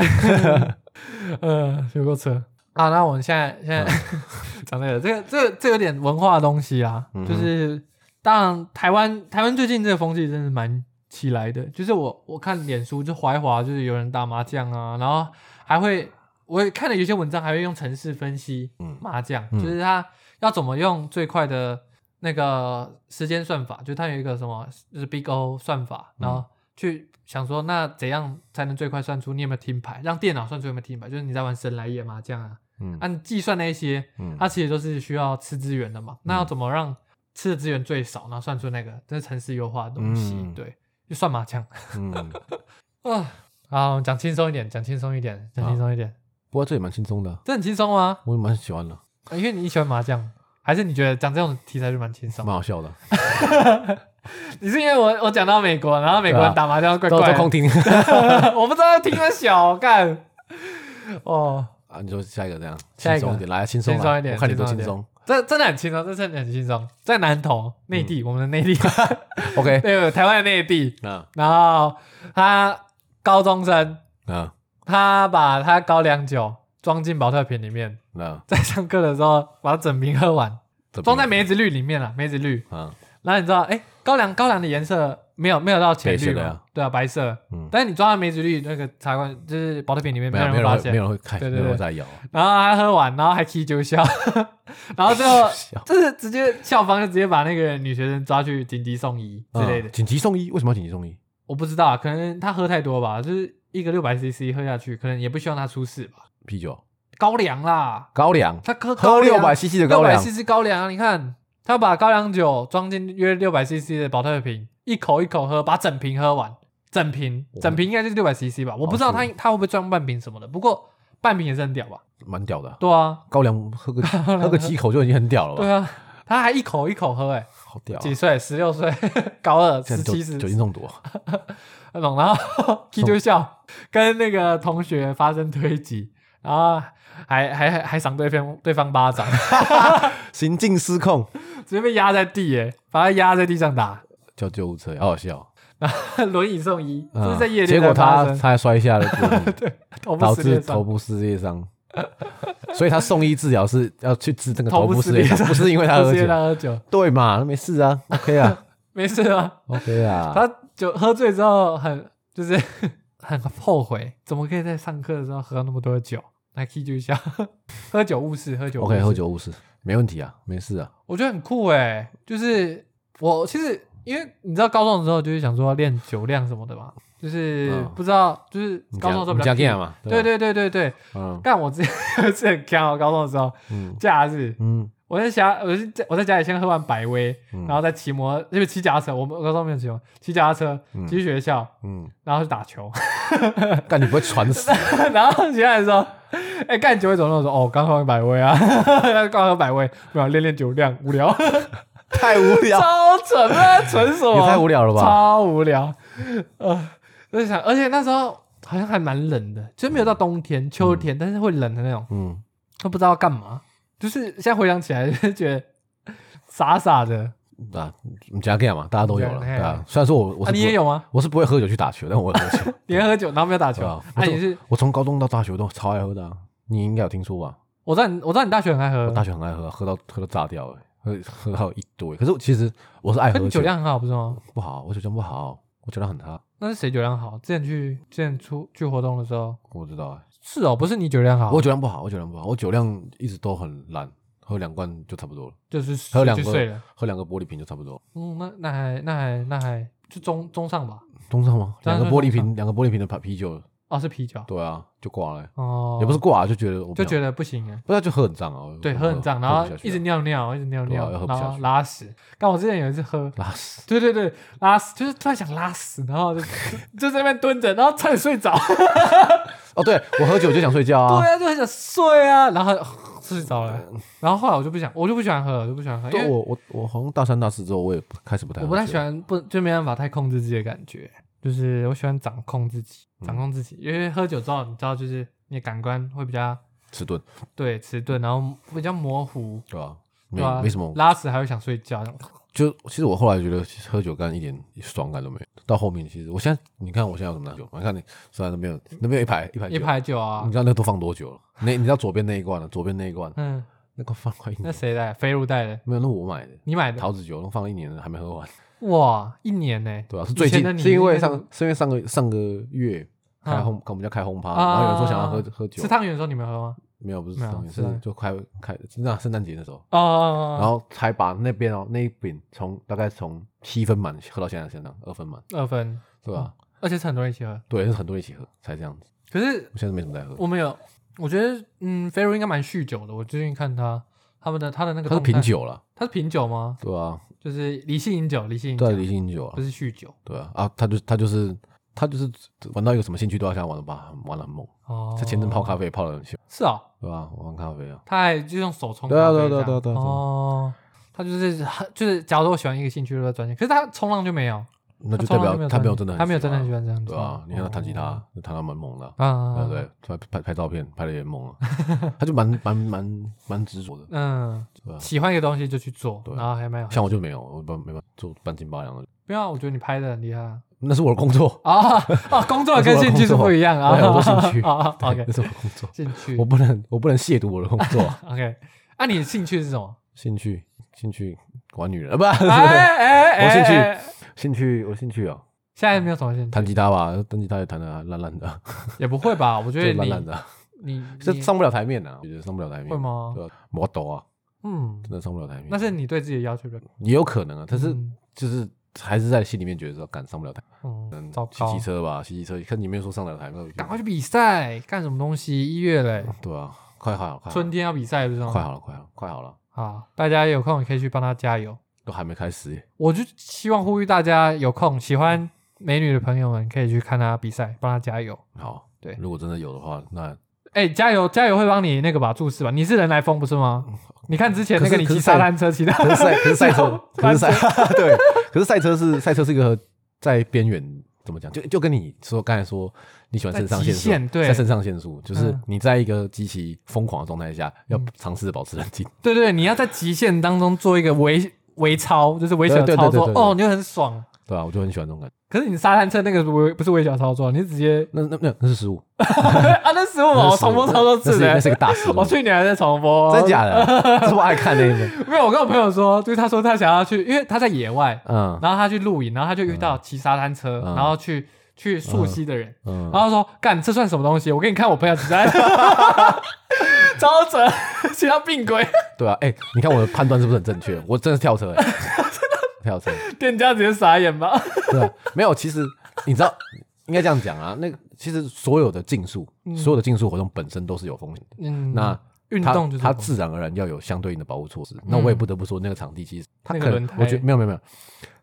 [SPEAKER 1] 呃，修过车。啊，那我们现在现在
[SPEAKER 2] 嗯
[SPEAKER 1] 讲这个，这个这个这有点文化的东西啊，
[SPEAKER 2] 嗯哼
[SPEAKER 1] 就是当然台湾台湾最近这个风气真是蛮起来的，就是我我看脸书就滑一滑，就是有人打麻将啊，然后还会我也看了有些文章还会用程式分析
[SPEAKER 2] 嗯
[SPEAKER 1] 麻将，
[SPEAKER 2] 嗯
[SPEAKER 1] 就是他要怎么用最快的那个时间算法，就是它有一个什么就是 Big O 算法，然后去想说那怎样才能最快算出你有没有听牌，让电脑算出有没有听牌，就是你在玩神来也麻将啊，
[SPEAKER 2] 嗯
[SPEAKER 1] 按计算那一些，
[SPEAKER 2] 嗯
[SPEAKER 1] 它其实都是需要吃资源的嘛。那要怎么让吃的资源最少，然后算出那个这是城市优化的东西，
[SPEAKER 2] 嗯
[SPEAKER 1] 对，就算麻将
[SPEAKER 2] 嗯，
[SPEAKER 1] 啊。好，讲轻松一点，讲轻松一点，讲轻松一点，
[SPEAKER 2] 不过这也蛮轻松的，
[SPEAKER 1] 这很轻松吗？呃
[SPEAKER 2] 我也蛮喜欢的，
[SPEAKER 1] 因为你喜欢麻将，还是你觉得讲这种题材就蛮轻松
[SPEAKER 2] 蛮？好笑的，
[SPEAKER 1] 你是因为我我讲到美国，然后美国人
[SPEAKER 2] 对啊
[SPEAKER 1] 打麻将怪
[SPEAKER 2] 都
[SPEAKER 1] 怪
[SPEAKER 2] 都
[SPEAKER 1] 的，
[SPEAKER 2] 空听。
[SPEAKER 1] 我不知道听得小干。哦，
[SPEAKER 2] 啊，你说下一个这样，
[SPEAKER 1] 下一
[SPEAKER 2] 轻
[SPEAKER 1] 个
[SPEAKER 2] 松一点，来轻松啊，
[SPEAKER 1] 轻松一点
[SPEAKER 2] 我看你多
[SPEAKER 1] 轻松一
[SPEAKER 2] 轻
[SPEAKER 1] 点
[SPEAKER 2] 松。
[SPEAKER 1] 这真的很轻松，这真的很轻松，在南投内地，
[SPEAKER 2] 嗯
[SPEAKER 1] 我们的内地，
[SPEAKER 2] OK，
[SPEAKER 1] 对，台湾的内地。
[SPEAKER 2] 啊
[SPEAKER 1] 然后他高中生，
[SPEAKER 2] 啊
[SPEAKER 1] 他把他高粱酒装进保特瓶里面，
[SPEAKER 2] 那
[SPEAKER 1] 在上课的时候把它整瓶喝完，
[SPEAKER 2] 这
[SPEAKER 1] 装
[SPEAKER 2] 边
[SPEAKER 1] 在梅子绿里面了，梅子绿。
[SPEAKER 2] 啊，
[SPEAKER 1] 然后你知道，哎，高粱高粱的颜色没有没有到浅
[SPEAKER 2] 白
[SPEAKER 1] 绿
[SPEAKER 2] 色的
[SPEAKER 1] 嘛
[SPEAKER 2] 啊？
[SPEAKER 1] 对啊，白色。
[SPEAKER 2] 嗯
[SPEAKER 1] 但是你装在梅子绿那个茶罐，就是保特瓶里面，
[SPEAKER 2] 没有
[SPEAKER 1] 人
[SPEAKER 2] 没有
[SPEAKER 1] 会
[SPEAKER 2] 人
[SPEAKER 1] 发
[SPEAKER 2] 会没有
[SPEAKER 1] 现。
[SPEAKER 2] 人会看，
[SPEAKER 1] 对
[SPEAKER 2] 没
[SPEAKER 1] 对
[SPEAKER 2] 有人
[SPEAKER 1] 对
[SPEAKER 2] 会在摇，
[SPEAKER 1] 然后他喝完，然后还踢九笑， 然后最后就是直接校方就直接把那个女学生抓去紧急送医之类的
[SPEAKER 2] 啊。紧急送医，为什么要紧急送医？
[SPEAKER 1] 我不知道啊，可能他喝太多吧，就是一个六百 CC 喝下去，可能也不希望他出事吧。
[SPEAKER 2] 啤酒、
[SPEAKER 1] 高粱啦，
[SPEAKER 2] 高粱，
[SPEAKER 1] 他喝
[SPEAKER 2] 喝
[SPEAKER 1] 高
[SPEAKER 2] 六
[SPEAKER 1] 粱
[SPEAKER 2] 百 CC 的
[SPEAKER 1] 六
[SPEAKER 2] 高
[SPEAKER 1] 百
[SPEAKER 2] 粱，
[SPEAKER 1] CC 高粱啊，你看他把高粱酒装进约六百 CC 的保特瓶，一口一口喝，把整瓶喝完，整瓶
[SPEAKER 2] 哇
[SPEAKER 1] 整瓶应该就是六百 CC 吧，我不知道他
[SPEAKER 2] 好
[SPEAKER 1] 他会不会装半瓶什么的，不过半瓶也是很屌吧？
[SPEAKER 2] 蛮屌的啊。
[SPEAKER 1] 对啊，
[SPEAKER 2] 高粱喝个 喝个几口就已经很屌了吧？
[SPEAKER 1] 对啊，他还一口一口喝、欸，
[SPEAKER 2] 好屌啊！
[SPEAKER 1] 几岁？十六岁， 高二，
[SPEAKER 2] 现
[SPEAKER 1] 十
[SPEAKER 2] 在酒
[SPEAKER 1] 七十
[SPEAKER 2] 酒精中毒啊，
[SPEAKER 1] 那种，然 后踢就笑，跟那个同学发生推挤，然后还还还还赏对方对方巴掌，
[SPEAKER 2] 行径失控，
[SPEAKER 1] 直接被压在地耶，把他压在地上打，
[SPEAKER 2] 叫救护车，好好笑。
[SPEAKER 1] 轮椅送医，这是
[SPEAKER 2] 嗯
[SPEAKER 1] 在夜
[SPEAKER 2] 结
[SPEAKER 1] 店
[SPEAKER 2] 果
[SPEAKER 1] 才发
[SPEAKER 2] 他
[SPEAKER 1] 生，
[SPEAKER 2] 他还摔下了 轮椅
[SPEAKER 1] 头部
[SPEAKER 2] 导
[SPEAKER 1] 撕裂
[SPEAKER 2] 致
[SPEAKER 1] 伤
[SPEAKER 2] 头部撕裂伤， 所以他送医治疗是要去治那个
[SPEAKER 1] 头
[SPEAKER 2] 头
[SPEAKER 1] 部
[SPEAKER 2] 部
[SPEAKER 1] 撕
[SPEAKER 2] 撕
[SPEAKER 1] 裂
[SPEAKER 2] 裂伤，不是因为 他
[SPEAKER 1] 不
[SPEAKER 2] 喝
[SPEAKER 1] 是因为他
[SPEAKER 2] 酒，
[SPEAKER 1] 喝酒，
[SPEAKER 2] 对嘛？那没事啊，OK 啊
[SPEAKER 1] 没事啊，
[SPEAKER 2] ，OK 啊，
[SPEAKER 1] 他酒喝醉之后很就是 很后悔，怎么可以在上课的时候喝那么多酒？来踢就笑， 喝酒误事，喝酒误
[SPEAKER 2] OK
[SPEAKER 1] 事
[SPEAKER 2] 喝酒误事，没问题啊，没事啊，
[SPEAKER 1] 我觉得很酷哎、就是我其实因为你知道高中的时候就是想说要练酒量什么的嘛，就是
[SPEAKER 2] 嗯
[SPEAKER 1] 不知道，就是
[SPEAKER 2] 你
[SPEAKER 1] 高中的时候比较
[SPEAKER 2] 加 g
[SPEAKER 1] 屁
[SPEAKER 2] a 嘛，
[SPEAKER 1] 对
[SPEAKER 2] 吧，
[SPEAKER 1] 对对对对，
[SPEAKER 2] 嗯
[SPEAKER 1] 但我之前 是很强哦，高中的时候
[SPEAKER 2] 嗯
[SPEAKER 1] 假日，
[SPEAKER 2] 嗯
[SPEAKER 1] 我在家，我是在我在家里先喝完百威，
[SPEAKER 2] 嗯，
[SPEAKER 1] 然后再骑摩，因为骑脚踏车，我们我高中没有骑摩，哦骑脚踏车
[SPEAKER 2] 嗯
[SPEAKER 1] 骑去学校，
[SPEAKER 2] 嗯，
[SPEAKER 1] 然后去打球，
[SPEAKER 2] 干你不会传死
[SPEAKER 1] 然后其他人说，哎、干酒会怎么弄？我说哦，刚喝完百威啊， 刚喝百威，没有练练酒量，无聊。
[SPEAKER 2] 太无聊，
[SPEAKER 1] 超蠢，那蠢什么？
[SPEAKER 2] 也太无聊了吧？
[SPEAKER 1] 超无聊。呃，我就想，而且那时候好像还蛮冷的，就是没有到冬天、秋天，但是会冷的那种，
[SPEAKER 2] 嗯，
[SPEAKER 1] 都不知道干嘛。就是现在回想起来，就觉得傻傻的。
[SPEAKER 2] 啊，你加 g a 嘛，大家都有了，
[SPEAKER 1] 对
[SPEAKER 2] 对啊。虽然说我我
[SPEAKER 1] 啊，
[SPEAKER 2] 是
[SPEAKER 1] 你
[SPEAKER 2] 不
[SPEAKER 1] 也有吗？
[SPEAKER 2] 我是不会喝酒去打球，但我会喝酒。
[SPEAKER 1] 你还喝酒，然后没有打球？
[SPEAKER 2] 对啊
[SPEAKER 1] 啊，
[SPEAKER 2] 我
[SPEAKER 1] 你是
[SPEAKER 2] 我从高中到大学都超爱喝的啊、你应该有听说吧？
[SPEAKER 1] 我知道你，我知道你大学很爱喝
[SPEAKER 2] 我，大学很爱喝啊，喝到喝到炸掉、欸，喝喝到一堆。可是我其实我是爱
[SPEAKER 1] 可
[SPEAKER 2] 喝
[SPEAKER 1] 你酒量很好，不是吗？
[SPEAKER 2] 不好，我酒量不好，我酒量很差。
[SPEAKER 1] 那是谁酒量好？之前去之前出去活动的时候，
[SPEAKER 2] 我不知道、欸，
[SPEAKER 1] 是哦，不是你酒量好，
[SPEAKER 2] 我酒量不好，我酒量不好，我酒量一直都很烂，喝两罐就差不多了，
[SPEAKER 1] 就是
[SPEAKER 2] 喝两
[SPEAKER 1] 就
[SPEAKER 2] 个
[SPEAKER 1] 睡了。
[SPEAKER 2] 喝两个玻璃瓶就差不多了。
[SPEAKER 1] 嗯，那那还那还那还就中中上吧。
[SPEAKER 2] 中上吗？
[SPEAKER 1] 当
[SPEAKER 2] 两
[SPEAKER 1] 然
[SPEAKER 2] 个玻璃
[SPEAKER 1] 是中
[SPEAKER 2] 瓶，两个玻璃瓶的啤啤酒，
[SPEAKER 1] 哦，是啤酒。
[SPEAKER 2] 对啊，就挂了欸、
[SPEAKER 1] 哦，
[SPEAKER 2] 也不是挂，就觉得我
[SPEAKER 1] 就觉
[SPEAKER 2] 得
[SPEAKER 1] 得不行哎，
[SPEAKER 2] 不是就喝很胀啊，
[SPEAKER 1] 对，
[SPEAKER 2] 我
[SPEAKER 1] 喝很胀，然
[SPEAKER 2] 喝
[SPEAKER 1] 后
[SPEAKER 2] 不下去
[SPEAKER 1] 一直
[SPEAKER 2] 啊
[SPEAKER 1] 尿尿，一直尿
[SPEAKER 2] 对啊
[SPEAKER 1] 尿，
[SPEAKER 2] 又喝不
[SPEAKER 1] 然
[SPEAKER 2] 下
[SPEAKER 1] 后
[SPEAKER 2] 去
[SPEAKER 1] 拉屎。但我之前有一次喝，
[SPEAKER 2] 拉屎，
[SPEAKER 1] 对对对，拉屎就是突然想拉屎，然 后就就在那边蹲着，然后差点睡着，
[SPEAKER 2] 啊哦，对我喝酒就想睡觉 啊
[SPEAKER 1] 对。啊，就很想睡啊，然后呃睡着了。然后后来我就不想，我就不喜欢喝，我就不喜欢喝，因
[SPEAKER 2] 嗯对
[SPEAKER 1] 为
[SPEAKER 2] 我我我好像大三大四之后，我也不开始不太
[SPEAKER 1] 我不太
[SPEAKER 2] 喝酒
[SPEAKER 1] 喜欢不就没办法太控制自己的感觉，就是我喜欢掌控自己，
[SPEAKER 2] 嗯
[SPEAKER 1] 掌控自己，因为喝酒之后你知道，就是你的感官会比较
[SPEAKER 2] 迟钝，
[SPEAKER 1] 对迟钝，然后比较模糊，
[SPEAKER 2] 对吧、没
[SPEAKER 1] 对吧？
[SPEAKER 2] 没什么，
[SPEAKER 1] 拉屎还会想睡觉，
[SPEAKER 2] 就其实我后来觉得其实喝酒干一点爽感都没有。到后面其实我现在你看我现在有什么拿酒？你看你虽然那边有那边有一排一排酒
[SPEAKER 1] 一，排酒啊
[SPEAKER 2] 你，知道那都放多久了？那你知道左边那一罐了、啊左边那 一罐
[SPEAKER 1] 嗯，
[SPEAKER 2] 那罐放快一
[SPEAKER 1] 那
[SPEAKER 2] 年，
[SPEAKER 1] 谁带？飞入带的，
[SPEAKER 2] 没有那我买的
[SPEAKER 1] 你买的？
[SPEAKER 2] 桃子酒，那放了一年了还没喝完，
[SPEAKER 1] 哇，一年呢、
[SPEAKER 2] 对吧、啊是
[SPEAKER 1] 以
[SPEAKER 2] 最
[SPEAKER 1] 前的
[SPEAKER 2] 近
[SPEAKER 1] 你
[SPEAKER 2] 是因为
[SPEAKER 1] 那
[SPEAKER 2] 上是因为上个上个月。开
[SPEAKER 1] 啊
[SPEAKER 2] 轰，我们家开轰趴，
[SPEAKER 1] 啊
[SPEAKER 2] 然后有人说想要喝喝酒
[SPEAKER 1] 吃，汤圆的时候你们喝吗？
[SPEAKER 2] 没有不是
[SPEAKER 1] 没有
[SPEAKER 2] 上面
[SPEAKER 1] 是啊
[SPEAKER 2] 是就开开那圣诞节那时候，
[SPEAKER 1] 哦哦，哦
[SPEAKER 2] 然后才把那边哦那一饼从大概从七分满喝到现在现在二分满，
[SPEAKER 1] 哦二分，
[SPEAKER 2] 是吧？
[SPEAKER 1] 而且是很多人一起喝。
[SPEAKER 2] 对，是很多人一起喝才这样子。
[SPEAKER 1] 可是
[SPEAKER 2] 我现在没什么在喝，
[SPEAKER 1] 我没有，我觉得嗯，飞入应该蛮酗酒的。我最近看他他们的他的那个
[SPEAKER 2] 它是
[SPEAKER 1] 动态
[SPEAKER 2] 品，酒了，
[SPEAKER 1] 他是品酒吗？
[SPEAKER 2] 对啊，
[SPEAKER 1] 就是理性饮酒，理性饮酒
[SPEAKER 2] 对啊，理性饮酒
[SPEAKER 1] 不
[SPEAKER 2] 啊，
[SPEAKER 1] 是酗酒
[SPEAKER 2] 对啊，啊，他就他就是他就是玩到一个什么兴趣都要想玩的吧，玩的很猛。
[SPEAKER 1] 哦。
[SPEAKER 2] 他前阵泡咖啡泡的很凶，
[SPEAKER 1] 是哦，
[SPEAKER 2] 对吧、我玩咖啡啊，
[SPEAKER 1] 他还就用手冲咖
[SPEAKER 2] 对啊
[SPEAKER 1] 啡这样。
[SPEAKER 2] 对啊对啊对啊对啊
[SPEAKER 1] 哦，他就是就是，假如说我喜欢一个兴趣，就在专心。可是他冲浪就没有，
[SPEAKER 2] 那就
[SPEAKER 1] 从
[SPEAKER 2] 代
[SPEAKER 1] 来
[SPEAKER 2] 表
[SPEAKER 1] 都
[SPEAKER 2] 他没
[SPEAKER 1] 专
[SPEAKER 2] 有真的很
[SPEAKER 1] 他没有
[SPEAKER 2] 喜
[SPEAKER 1] 真的很
[SPEAKER 2] 欢
[SPEAKER 1] 喜欢这样子，
[SPEAKER 2] 对啊，你看他弹吉他
[SPEAKER 1] 哦，
[SPEAKER 2] 那弹到蛮猛的啊，
[SPEAKER 1] 啊，
[SPEAKER 2] 对不对？他拍拍照片拍的也 猛啊，他就蛮蛮蛮蛮执着的，
[SPEAKER 1] 嗯，
[SPEAKER 2] 对啊。
[SPEAKER 1] 喜欢一个东西就去做，
[SPEAKER 2] 对
[SPEAKER 1] 然后还蛮有，
[SPEAKER 2] 像我就没有，我没没办法，就半斤八两的，
[SPEAKER 1] 不要，我觉得你拍的很厉害啊
[SPEAKER 2] 那是我的工作，
[SPEAKER 1] 啊，啊工作跟兴趣是不一样啊，
[SPEAKER 2] 对我说兴趣
[SPEAKER 1] 啊啊
[SPEAKER 2] 对
[SPEAKER 1] ，OK，
[SPEAKER 2] 那是我的工作，
[SPEAKER 1] 兴趣
[SPEAKER 2] 我不能我不能亵渎我的工作 啊。
[SPEAKER 1] ，OK，啊，你的兴趣是什么？
[SPEAKER 2] 兴趣兴趣玩女人 啊，不
[SPEAKER 1] 哎哎哎，
[SPEAKER 2] 我兴趣
[SPEAKER 1] 哎
[SPEAKER 2] 兴趣我兴趣哦，
[SPEAKER 1] 现在没有什么兴趣，
[SPEAKER 2] 弹吉他吧，弹吉他也弹的烂烂的，
[SPEAKER 1] 也不会吧？我
[SPEAKER 2] 就
[SPEAKER 1] 觉得
[SPEAKER 2] 烂烂
[SPEAKER 1] 你
[SPEAKER 2] 的啊，
[SPEAKER 1] 你
[SPEAKER 2] 这
[SPEAKER 1] 你
[SPEAKER 2] 上不了台面啊呐，我觉得上不了台面，
[SPEAKER 1] 会吗？
[SPEAKER 2] 对啊，魔抖啊，
[SPEAKER 1] 嗯，
[SPEAKER 2] 真的上不了台面。
[SPEAKER 1] 那是你对自己的要求比较高，
[SPEAKER 2] 也有可能啊，但是
[SPEAKER 1] 嗯
[SPEAKER 2] 就是还是在心里面觉得说，赶上不了台，
[SPEAKER 1] 嗯，糟
[SPEAKER 2] 骑
[SPEAKER 1] 糕
[SPEAKER 2] 骑，车吧，骑骑车，看你没有说上得了台面，
[SPEAKER 1] 赶快去比赛，干什么东西？一月嘞，
[SPEAKER 2] 对啊，快好了，快好
[SPEAKER 1] 春
[SPEAKER 2] 了
[SPEAKER 1] 天要比赛不是吗？
[SPEAKER 2] 快好了，快好了，快好了，
[SPEAKER 1] 好，大家有空也可以去帮他加油。
[SPEAKER 2] 都还没开始耶，
[SPEAKER 1] 我就希望呼吁大家有空喜欢美女的朋友们可以去看她比赛，帮她加油。
[SPEAKER 2] 好，
[SPEAKER 1] 对
[SPEAKER 2] 如果真的有的话， 那
[SPEAKER 1] 哎、加油加油会帮你那个吧注释吧？你是人来疯不是吗？你看之前那个
[SPEAKER 2] 可是
[SPEAKER 1] 你
[SPEAKER 2] 可
[SPEAKER 1] 骑
[SPEAKER 2] 是
[SPEAKER 1] 沙滩车骑的，
[SPEAKER 2] 可是赛，可是赛
[SPEAKER 1] 然
[SPEAKER 2] 车
[SPEAKER 1] 后，
[SPEAKER 2] 可是赛， 对，可是赛车是赛车是一个在边缘，怎么讲？就就跟你说刚才说你喜欢肾上
[SPEAKER 1] 在极
[SPEAKER 2] 腺素
[SPEAKER 1] 限，对
[SPEAKER 2] 在肾上腺素，就是
[SPEAKER 1] 嗯
[SPEAKER 2] 你在一个极其疯狂的状态下，要
[SPEAKER 1] 嗯
[SPEAKER 2] 尝试保持冷静。
[SPEAKER 1] 对对，你要在极限当中做一个微微操，就是微小
[SPEAKER 2] 对对对
[SPEAKER 1] 操作
[SPEAKER 2] 对对对
[SPEAKER 1] 哦，你就很爽。
[SPEAKER 2] 对啊，我就很喜欢这种感觉。
[SPEAKER 1] 可是你沙滩车那个不是不是微小操作，你是直 接
[SPEAKER 2] 那那那那是失误，
[SPEAKER 1] 啊那十五
[SPEAKER 2] 那
[SPEAKER 1] 我
[SPEAKER 2] 是失误
[SPEAKER 1] 重播超多
[SPEAKER 2] 那
[SPEAKER 1] 次
[SPEAKER 2] 是那
[SPEAKER 1] 的哦
[SPEAKER 2] 是，个大失误
[SPEAKER 1] 我。去年还在重播，
[SPEAKER 2] 真？假的？ 这么爱看那个？
[SPEAKER 1] 没有，我跟我朋友说，就是他说他想要去，因为他在野外，
[SPEAKER 2] 嗯
[SPEAKER 1] 然后他去露营，然后他就遇到骑沙滩车，
[SPEAKER 2] 嗯
[SPEAKER 1] 然后去去溯溪的人，
[SPEAKER 2] 嗯
[SPEAKER 1] 然，后他说：“干，这算什么东西？我给你看我朋友骑沙滩 车，超扯，骑到病鬼，
[SPEAKER 2] 对啊，哎，你看我的判断是不是很正确？我真的是跳 车，哎，跳车。
[SPEAKER 1] 店家直接傻眼吧？
[SPEAKER 2] 对啊，没有，其实你知道，应该这样讲啊。那个其实所有的竞速，所有的竞速活动本身都是有风险的。
[SPEAKER 1] 嗯，
[SPEAKER 2] 那
[SPEAKER 1] 运
[SPEAKER 2] 它
[SPEAKER 1] 动就是
[SPEAKER 2] 它
[SPEAKER 1] 风嗯
[SPEAKER 2] 自然而然要有相对应的保护措施。那我也不得不说，那个场地其实它
[SPEAKER 1] 那个
[SPEAKER 2] 可
[SPEAKER 1] 轮
[SPEAKER 2] 能
[SPEAKER 1] 胎，
[SPEAKER 2] 我觉得没有没有没有，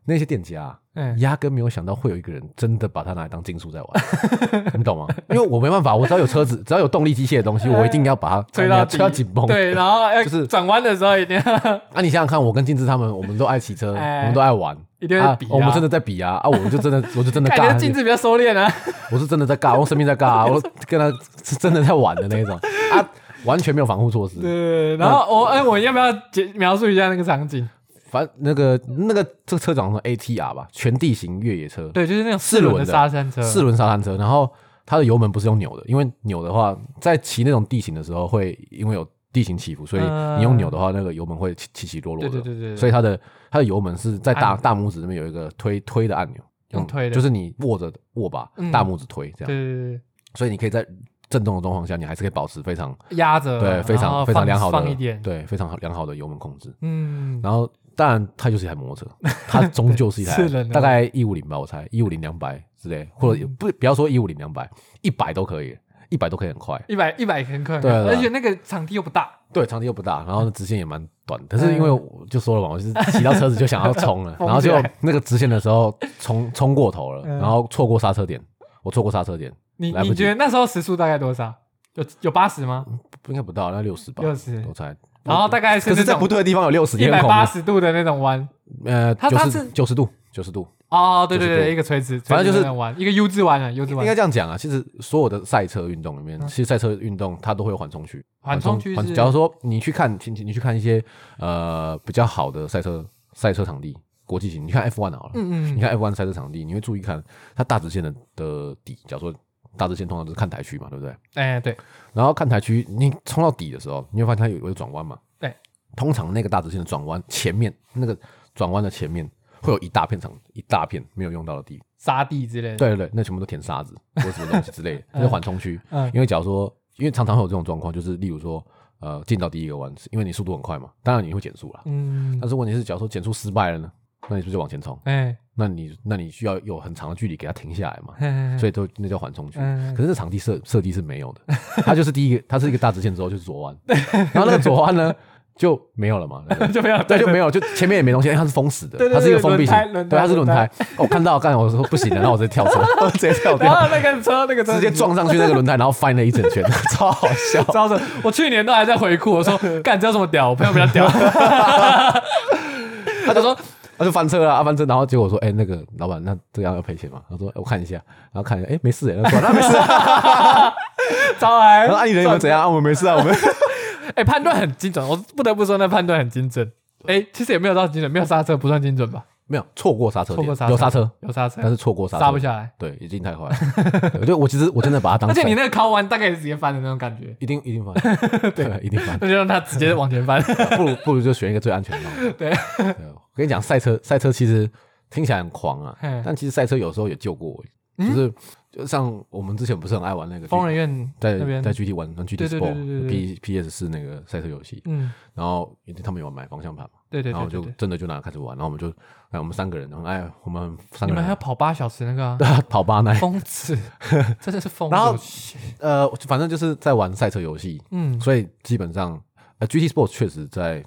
[SPEAKER 2] 那些店家啊、
[SPEAKER 1] 嗯
[SPEAKER 2] 压根没有想到会有一个人真的把它拿来当竞速在玩，你懂吗？因为我没办法，我只要有车子，只要有动力机械的东西，我一定要把它
[SPEAKER 1] 吹到
[SPEAKER 2] 吹到
[SPEAKER 1] 底
[SPEAKER 2] 紧绷。
[SPEAKER 1] 对，然后要
[SPEAKER 2] 就是
[SPEAKER 1] 转弯的时候一定要
[SPEAKER 2] 啊，你想想看，我跟金志他们，我们都爱骑车，
[SPEAKER 1] 哎
[SPEAKER 2] 我们都爱玩，
[SPEAKER 1] 一定会比啊
[SPEAKER 2] 我们真的在比啊！啊，我就 真的，我就真的
[SPEAKER 1] 感觉
[SPEAKER 2] 尬，
[SPEAKER 1] 镜子比较收敛啊。
[SPEAKER 2] 我是真的在尬，我用生命在 尬、啊，我跟他是真的在玩的那一种啊，完全没有防护措施。
[SPEAKER 1] 对，然后我哎、我要不要解描述一下那个场景？
[SPEAKER 2] 反正那个那个这个车长什么 ATR 吧，全地形越野车，
[SPEAKER 1] 对，就是那种
[SPEAKER 2] 四轮
[SPEAKER 1] 的
[SPEAKER 2] 的
[SPEAKER 1] 沙滩车，
[SPEAKER 2] 四轮沙滩车，然后它的油门不是用扭的，因为扭的话，在骑那种地形的时候会因为有地形起伏，所以
[SPEAKER 1] 嗯
[SPEAKER 2] 你用扭的话，那个油门会起起起落落
[SPEAKER 1] 对
[SPEAKER 2] 的。
[SPEAKER 1] 对对对对
[SPEAKER 2] 所以它的它的油门是在大
[SPEAKER 1] 按
[SPEAKER 2] 大拇指那边有一个推推的按钮，
[SPEAKER 1] 用推的
[SPEAKER 2] 就是你握着握把
[SPEAKER 1] 嗯
[SPEAKER 2] 大拇指推这
[SPEAKER 1] 对
[SPEAKER 2] 样，
[SPEAKER 1] 对对
[SPEAKER 2] 所以你可以在震动的状况下，你还是可以保持非常
[SPEAKER 1] 对，压着，
[SPEAKER 2] 对，非
[SPEAKER 1] 然后
[SPEAKER 2] 常非常
[SPEAKER 1] 放
[SPEAKER 2] 良好的
[SPEAKER 1] 放一点，，
[SPEAKER 2] 对，非常良好的油门控制。
[SPEAKER 1] 嗯，
[SPEAKER 2] 然后，当然，它就是一台 摩托车，它终究是一
[SPEAKER 1] 是的嗯
[SPEAKER 2] 台
[SPEAKER 1] 呢
[SPEAKER 2] 大概一五零吧，我猜一五零两百之类，或者不不要说一五零两百，一百都可以，一百都可以很快。
[SPEAKER 1] 一百一百很快，
[SPEAKER 2] 对对对
[SPEAKER 1] 而且那个场地又不大，
[SPEAKER 2] 对，场地又不大，然后
[SPEAKER 1] 嗯
[SPEAKER 2] 直线也蛮短，但是因为我就说了嘛，我就是骑到车子就想要冲了
[SPEAKER 1] ，疯起来
[SPEAKER 2] 然后就那个直线的时候冲冲过头了，
[SPEAKER 1] 嗯
[SPEAKER 2] 然后错过刹车点，我错过刹车点，
[SPEAKER 1] 你
[SPEAKER 2] 来不及嗯
[SPEAKER 1] 你觉得那时候时速大概多少？有有八十吗？
[SPEAKER 2] 不应该不到，那六十吧，
[SPEAKER 1] 60
[SPEAKER 2] 我猜。
[SPEAKER 1] 然后大概是
[SPEAKER 2] 可
[SPEAKER 1] 那
[SPEAKER 2] 是在不
[SPEAKER 1] 种
[SPEAKER 2] 对啊的地方有六十，
[SPEAKER 1] 一
[SPEAKER 2] 也很
[SPEAKER 1] 百
[SPEAKER 2] 恐
[SPEAKER 1] 八
[SPEAKER 2] 怖。
[SPEAKER 1] 十度的那种弯。
[SPEAKER 2] 呃，
[SPEAKER 1] 它
[SPEAKER 2] 九
[SPEAKER 1] 它
[SPEAKER 2] 十九十度，九十度，
[SPEAKER 1] 哦，对对对，
[SPEAKER 2] 90
[SPEAKER 1] 对
[SPEAKER 2] 度
[SPEAKER 1] 一个垂直，
[SPEAKER 2] 反正就
[SPEAKER 1] 垂
[SPEAKER 2] 是
[SPEAKER 1] 直的那种弯，一个 U 字弯啊，U 字
[SPEAKER 2] 应
[SPEAKER 1] 弯
[SPEAKER 2] 该。这样讲啊，其实所有的赛车运动里面，其实赛车运动它都会有缓冲区。
[SPEAKER 1] 嗯缓冲区
[SPEAKER 2] 缓
[SPEAKER 1] 是
[SPEAKER 2] 假如说你去看，你你去看一些呃比较好的赛车赛车场地，国际型，你看 F1 好了，
[SPEAKER 1] 嗯嗯，
[SPEAKER 2] 你看 F1 赛车场地，你会注意看它大直线的的底。假如说大直线通常都是看台区嘛，对不对？
[SPEAKER 1] 哎对，
[SPEAKER 2] 然后看台区，你冲到底的时候，你会发现它有有一个转弯嘛。
[SPEAKER 1] 对，
[SPEAKER 2] 通常那个大直线的转弯前面，那个转弯的前面会有一大片场一大片没有用到的地
[SPEAKER 1] 沙地之类的。
[SPEAKER 2] 对对对，那全部都填沙子或者什么东西之类的，那是缓冲区。
[SPEAKER 1] 嗯
[SPEAKER 2] 因为假如说，因为常常会有这种状况，就是例如说，呃，进到第一个弯，因为你速度很快嘛，当然你会减速啦。
[SPEAKER 1] 嗯，
[SPEAKER 2] 但是问题是，假如说减速失败了呢，那你是不是就往前冲？
[SPEAKER 1] 哎，
[SPEAKER 2] 那你那你需要有很长的距离给它停下来嘛，
[SPEAKER 1] 所
[SPEAKER 2] 所以都那叫缓冲区。
[SPEAKER 1] 嗯
[SPEAKER 2] 可是这场地设设计是没有的，它就是第一个，它是一个大直线之后就是左弯，然后那个左弯呢就没有了嘛，对不 对
[SPEAKER 1] 就没有
[SPEAKER 2] 对，就没有，就前面也没东西，因为它是封死的
[SPEAKER 1] 对，对
[SPEAKER 2] 它是一个
[SPEAKER 1] 对
[SPEAKER 2] 封闭型
[SPEAKER 1] 轮胎，轮胎
[SPEAKER 2] 对，它是轮
[SPEAKER 1] 轮
[SPEAKER 2] 胎。哦我看到，刚才我说不行了，然后我直接跳车，我直接跳
[SPEAKER 1] 然
[SPEAKER 2] 掉，
[SPEAKER 1] 后啊那个车那个车
[SPEAKER 2] 直接撞上去那个轮胎，然后翻了一整圈，超好笑。
[SPEAKER 1] 招着。我去年都还 在回顾，我说干这有什么屌，我朋友比较屌。他就说
[SPEAKER 2] 他就翻车了，啊翻车，然后结果我说，哎、那个老板，那这样要赔钱吗？他说、哎我看一下，然后看一下，哎、没事、哎，那算了，那没事、啊，
[SPEAKER 1] 招来
[SPEAKER 2] 然后啊，你人有没有怎样？啊，我们没事啊，我们
[SPEAKER 1] 哎、判断很精准，我不得不说那判断很精准。哎、其实也没有到精准，没有刹车不算精准吧？
[SPEAKER 2] 没有错过刹车
[SPEAKER 1] 错
[SPEAKER 2] 点，
[SPEAKER 1] 过刹
[SPEAKER 2] 有刹车，
[SPEAKER 1] 有刹车，
[SPEAKER 2] 但是错过刹车，
[SPEAKER 1] 刹不下来。
[SPEAKER 2] 对，已经太快了。 对我就我其实我真的把它当，
[SPEAKER 1] 而且 你那个考完大概也直接翻的那种感觉，
[SPEAKER 2] 一定一 定翻，对， 一定翻。
[SPEAKER 1] 那就让他直接往前翻。
[SPEAKER 2] 不如不如就选一个最安全的方法。
[SPEAKER 1] 对
[SPEAKER 2] 对，啊我跟你讲，赛车赛车其实听起来很狂啊
[SPEAKER 1] 嘿，嗯
[SPEAKER 2] 但其实赛车有时候也救过我，就是就像我们之前不是很爱玩那个
[SPEAKER 1] 疯人院
[SPEAKER 2] 在
[SPEAKER 1] 那边
[SPEAKER 2] 在 GT 玩玩 GT
[SPEAKER 1] 对对对对对
[SPEAKER 2] Sport P P S 四那个赛车游戏，
[SPEAKER 1] 嗯，
[SPEAKER 2] 然后因为他们有买方向盘嘛，
[SPEAKER 1] 对对
[SPEAKER 2] 然后
[SPEAKER 1] 对
[SPEAKER 2] 我
[SPEAKER 1] 对
[SPEAKER 2] 就
[SPEAKER 1] 对。
[SPEAKER 2] 真的就拿开始玩，然后我们就哎我们三个人，然后哎我们三
[SPEAKER 1] 你
[SPEAKER 2] 个
[SPEAKER 1] 们还要
[SPEAKER 2] 人，
[SPEAKER 1] 跑八小时那个、啊
[SPEAKER 2] 跑八奈，
[SPEAKER 1] 疯 子，真的是疯子。
[SPEAKER 2] 然后呃反正就是在玩赛车游戏，
[SPEAKER 1] 嗯，
[SPEAKER 2] 所以基本上，呃，GT Sport 确实在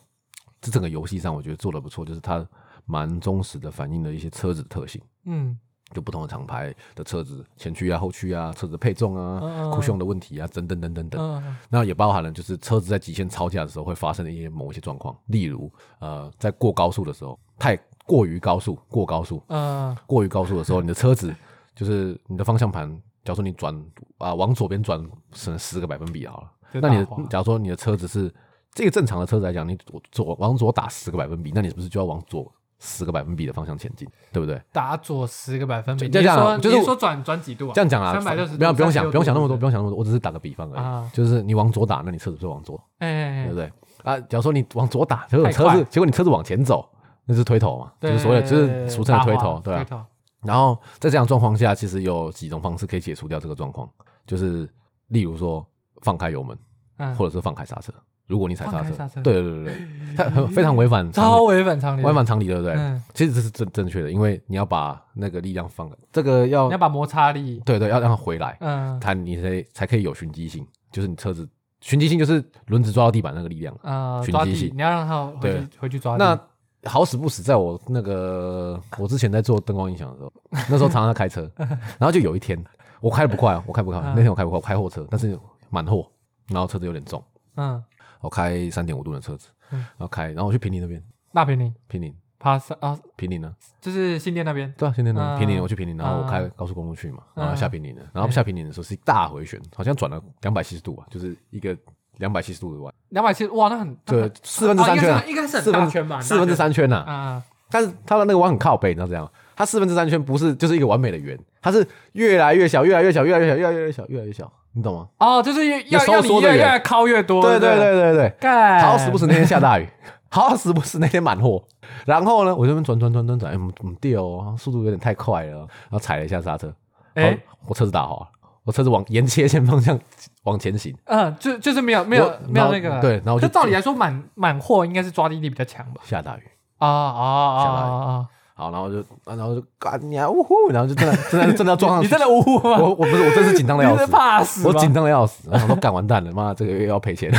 [SPEAKER 2] 这整个游戏上，我觉得做的不错，就是它蛮忠实的反映了一些车子的特性，
[SPEAKER 1] 嗯，
[SPEAKER 2] 就不同的厂牌的车子前驱啊、后驱啊、车子的配重
[SPEAKER 1] 嗯嗯
[SPEAKER 2] 啊、
[SPEAKER 1] 嗯
[SPEAKER 2] 酷炫的问题啊，等等等等等。
[SPEAKER 1] 嗯，
[SPEAKER 2] 那也包含了就是车子在极限超价的时候会发生的一些某一些状况，例如呃，在过高速的时候太过于高速，过高速，
[SPEAKER 1] 嗯，
[SPEAKER 2] 过于高速的时候，你的车子 就是你的方向盘，假如说你转啊、往左边转，省十个百分比好了。
[SPEAKER 1] 就
[SPEAKER 2] 那你的
[SPEAKER 1] 打滑
[SPEAKER 2] 假如说你的车子是这个正常的车子来讲，你左左往左打十个百分比，那你是不是就要往左十个百分比的方向前进，对不对？
[SPEAKER 1] 打左十个百分比。
[SPEAKER 2] 就这样啊
[SPEAKER 1] 你
[SPEAKER 2] 就
[SPEAKER 1] 说
[SPEAKER 2] 是我
[SPEAKER 1] 你说转转几度啊？
[SPEAKER 2] 这样讲啊，
[SPEAKER 1] 三百六十，
[SPEAKER 2] 不要不用想不用想那么多，不
[SPEAKER 1] 用。
[SPEAKER 2] 用想那么多，我只是打个比方而已。
[SPEAKER 1] 啊
[SPEAKER 2] 就是你往左打，那你车子是往左，
[SPEAKER 1] 哎哎，
[SPEAKER 2] 对
[SPEAKER 1] 哎
[SPEAKER 2] 不对？啊，假如说你往左打，结果你车
[SPEAKER 1] 太
[SPEAKER 2] 子
[SPEAKER 1] 快
[SPEAKER 2] 结果你车子往前走，那是推头嘛，就
[SPEAKER 1] 对
[SPEAKER 2] 是所谓的就是俗称的推
[SPEAKER 1] 打
[SPEAKER 2] 头
[SPEAKER 1] 滑，
[SPEAKER 2] 对吧、
[SPEAKER 1] 推头，
[SPEAKER 2] 然后在这样的状况下，其实有几种方式可以解除掉这个状况，就是例如说放开油门，
[SPEAKER 1] 嗯，
[SPEAKER 2] 或者是放开刹车。如果你踩刹
[SPEAKER 1] 放
[SPEAKER 2] 车
[SPEAKER 1] 开刹，车嗯
[SPEAKER 2] 对对对对对，它很非常违反
[SPEAKER 1] 超违反常理的，
[SPEAKER 2] 违反常理，对不对？
[SPEAKER 1] 嗯
[SPEAKER 2] 其实这是正正确的，因为你要把那个力量放，这个要
[SPEAKER 1] 你要把摩擦力，
[SPEAKER 2] 对对要让它回来，
[SPEAKER 1] 嗯
[SPEAKER 2] 它你才才可以有循迹性，就是你车子循迹性就是轮子抓到地板那个力量。
[SPEAKER 1] 呃，
[SPEAKER 2] 循迹
[SPEAKER 1] 抓地，
[SPEAKER 2] 性
[SPEAKER 1] 你要让它回去回去抓地。
[SPEAKER 2] 那好死不死，在我那个我之前在做灯光音响的时候，那时候常常在开车，然后就有一天我开的不快啊，我开不快，
[SPEAKER 1] 嗯
[SPEAKER 2] 那天我开不快，我开货车，但是满货，然后车子有点重，
[SPEAKER 1] 嗯，
[SPEAKER 2] 我开三点五吨的车子，
[SPEAKER 1] 嗯
[SPEAKER 2] 然后开，然后我去平林那边，
[SPEAKER 1] 那边你
[SPEAKER 2] 平林
[SPEAKER 1] 爬山啊，
[SPEAKER 2] 平林呢、
[SPEAKER 1] 就是新店那边，
[SPEAKER 2] 对啊，现在呢
[SPEAKER 1] 嗯
[SPEAKER 2] 平林，我去平林，然后我
[SPEAKER 1] 嗯
[SPEAKER 2] 开高速公路去嘛，然后
[SPEAKER 1] 嗯
[SPEAKER 2] 下平林了，然后下平林的时候是一大回旋，好像转了两百七十度吧，就是一个两百七十度的弯，
[SPEAKER 1] 两百七，哇，那很
[SPEAKER 2] 对，四分之三圈啊
[SPEAKER 1] 啊哦，应该是应该是
[SPEAKER 2] 四
[SPEAKER 1] 很
[SPEAKER 2] 分
[SPEAKER 1] 大圈吧，
[SPEAKER 2] 四分之三圈呐、啊，
[SPEAKER 1] 啊，
[SPEAKER 2] 但是它的那个弯很靠北，你知道怎样？它四分之三圈不是就是一个完美的圆，它是越来越小，越来越小，越来越小，越来越小，越来越小，你懂吗？
[SPEAKER 1] 哦，就是越要
[SPEAKER 2] 有时候
[SPEAKER 1] 要你
[SPEAKER 2] 说的
[SPEAKER 1] 越
[SPEAKER 2] 人
[SPEAKER 1] 越靠越多，
[SPEAKER 2] 对
[SPEAKER 1] 哦对哎
[SPEAKER 2] 对
[SPEAKER 1] 不，
[SPEAKER 2] 对对对。
[SPEAKER 1] 干，
[SPEAKER 2] 好死不死那天下大雨，好死不死那天满货，然后呢，我这边转转转转转，哎，我们掉哦，速度有点太快了，然后踩了一下刹车，然后
[SPEAKER 1] 哎
[SPEAKER 2] 我车子打滑了，我车子往沿切线方向往前行，
[SPEAKER 1] 嗯，就就是没有没有
[SPEAKER 2] 我
[SPEAKER 1] 没有那
[SPEAKER 2] 然
[SPEAKER 1] 个，
[SPEAKER 2] 后对然后就
[SPEAKER 1] 就照理来说，满满货应该是抓地力比较强吧？
[SPEAKER 2] 下大雨，
[SPEAKER 1] 啊啊啊
[SPEAKER 2] 下来
[SPEAKER 1] 啊
[SPEAKER 2] 好，然后就啊然后就干你啊，呜呼，然后就真的真的真的要撞
[SPEAKER 1] 啊！
[SPEAKER 2] 上
[SPEAKER 1] 你
[SPEAKER 2] 去，
[SPEAKER 1] 真的无呼吗？
[SPEAKER 2] 我我不是我真是紧张的 要
[SPEAKER 1] 你是
[SPEAKER 2] 死，
[SPEAKER 1] 怕死
[SPEAKER 2] 我
[SPEAKER 1] 吗？
[SPEAKER 2] 紧张的要死，然后想说干完蛋了，妈，这个月 要赔钱，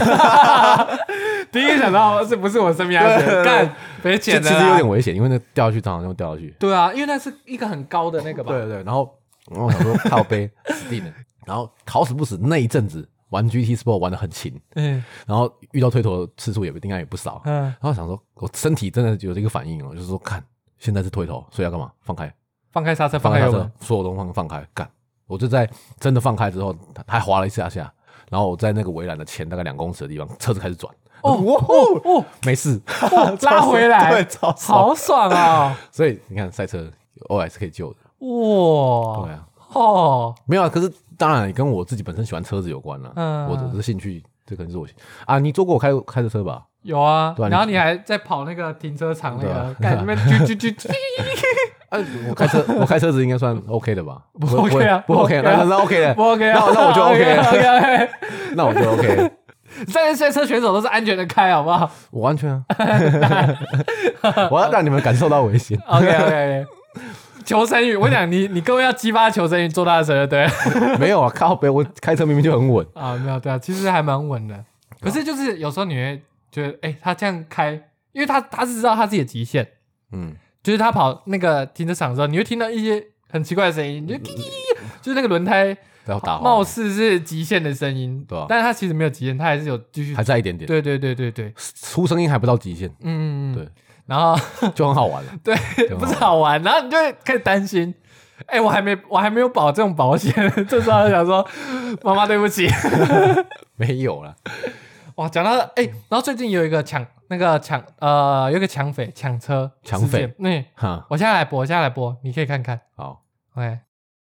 [SPEAKER 1] 第一个想到是不是我身边安
[SPEAKER 2] 对对
[SPEAKER 1] 全？干，别
[SPEAKER 2] 其实
[SPEAKER 1] 捡
[SPEAKER 2] 其
[SPEAKER 1] 了，
[SPEAKER 2] 实有点。危险，因为那掉下去常常就掉下去。
[SPEAKER 1] 对啊，因为那是一个很高的那个吧。
[SPEAKER 2] 对对对，然后然后我想说靠背 死定了，然后好死不死那一阵子玩 GT Sport 玩的很勤，
[SPEAKER 1] 嗯
[SPEAKER 2] 然后遇到推头的次数也应该也不少，啊
[SPEAKER 1] 嗯，
[SPEAKER 2] 然后想说我身体真的有这个反应哦，就是说看现在是推头，所以要干嘛？放开，
[SPEAKER 1] 放开刹车，
[SPEAKER 2] 放
[SPEAKER 1] 放开
[SPEAKER 2] 开刹
[SPEAKER 1] 油
[SPEAKER 2] 车
[SPEAKER 1] 门，，
[SPEAKER 2] 所有东西放开，干！我就在真的放开之后，还滑了一下下，然后我在那个围栏的前大概两公尺的地方，车子开始转。
[SPEAKER 1] 哦
[SPEAKER 2] 哇
[SPEAKER 1] 哦哦，
[SPEAKER 2] 没事，
[SPEAKER 1] 拉回来
[SPEAKER 2] 对，超爽。
[SPEAKER 1] 好爽啊！
[SPEAKER 2] 所以你看，赛车偶尔是可以救的，对
[SPEAKER 1] 哇
[SPEAKER 2] 啊，
[SPEAKER 1] 哦，
[SPEAKER 2] 没有啊。可是当然也跟我自己本身喜欢车子有关了、啊
[SPEAKER 1] 嗯
[SPEAKER 2] 我只是兴趣，这可能是我啊。你坐过我开开的车吧？
[SPEAKER 1] 有啊
[SPEAKER 2] 对啊。你
[SPEAKER 1] 然后你还在跑那个停车场那
[SPEAKER 2] 对
[SPEAKER 1] 个
[SPEAKER 2] 啊，
[SPEAKER 1] 干你们啾啾啾 啾，
[SPEAKER 2] 啊，我开车， 我开车子应该算 OK 的吧？不
[SPEAKER 1] 不 OK 啊
[SPEAKER 2] 不 OK，
[SPEAKER 1] 不 OK 啊
[SPEAKER 2] 那那 OK 的，
[SPEAKER 1] 不 OK 啊？
[SPEAKER 2] 那那 我就 OK 了
[SPEAKER 1] OK OK。
[SPEAKER 2] 那我就 OK，
[SPEAKER 1] 这些赛车选手都是安全的开，好不好
[SPEAKER 2] 我完全啊， 我要让你们感受到危 险。
[SPEAKER 1] ？OK OK。求生欲，我讲你，你各位要激发求生欲，坐他的车就对了
[SPEAKER 2] 没有啊，靠北，我开车明明就很稳，
[SPEAKER 1] 啊，没有对啊，其实还蛮稳的。可是就是有时候你会觉得，哎、他这样开，因为他他是知道他自己的极限，
[SPEAKER 2] 嗯，
[SPEAKER 1] 就是他跑那个停车场的时候，你会听到一些很奇怪的声音，你就就是那个轮胎
[SPEAKER 2] 然后打
[SPEAKER 1] 貌
[SPEAKER 2] 滑，
[SPEAKER 1] 似是极限的声音，
[SPEAKER 2] 对啊
[SPEAKER 1] 但是它其实没有极限，它还是有继续
[SPEAKER 2] 还，在一点点，
[SPEAKER 1] 对对对对对，
[SPEAKER 2] 出声音还不到极限，
[SPEAKER 1] 嗯，嗯嗯
[SPEAKER 2] 对，
[SPEAKER 1] 然后
[SPEAKER 2] 就很好玩了
[SPEAKER 1] 。对
[SPEAKER 2] 就很好玩
[SPEAKER 1] 不是好玩，然后你就会开始担心，哎，我还没我还没有保这种保险，这时候就想说妈妈对不起，
[SPEAKER 2] 没有了，
[SPEAKER 1] 哇，讲到哎，然后最近有一个抢那个抢呃，有一个抢匪抢车
[SPEAKER 2] 抢
[SPEAKER 1] 事件
[SPEAKER 2] 匪，
[SPEAKER 1] 那
[SPEAKER 2] 哈，
[SPEAKER 1] 我现在来播，我现在来播，你可以看看
[SPEAKER 2] 好，
[SPEAKER 1] ，OK，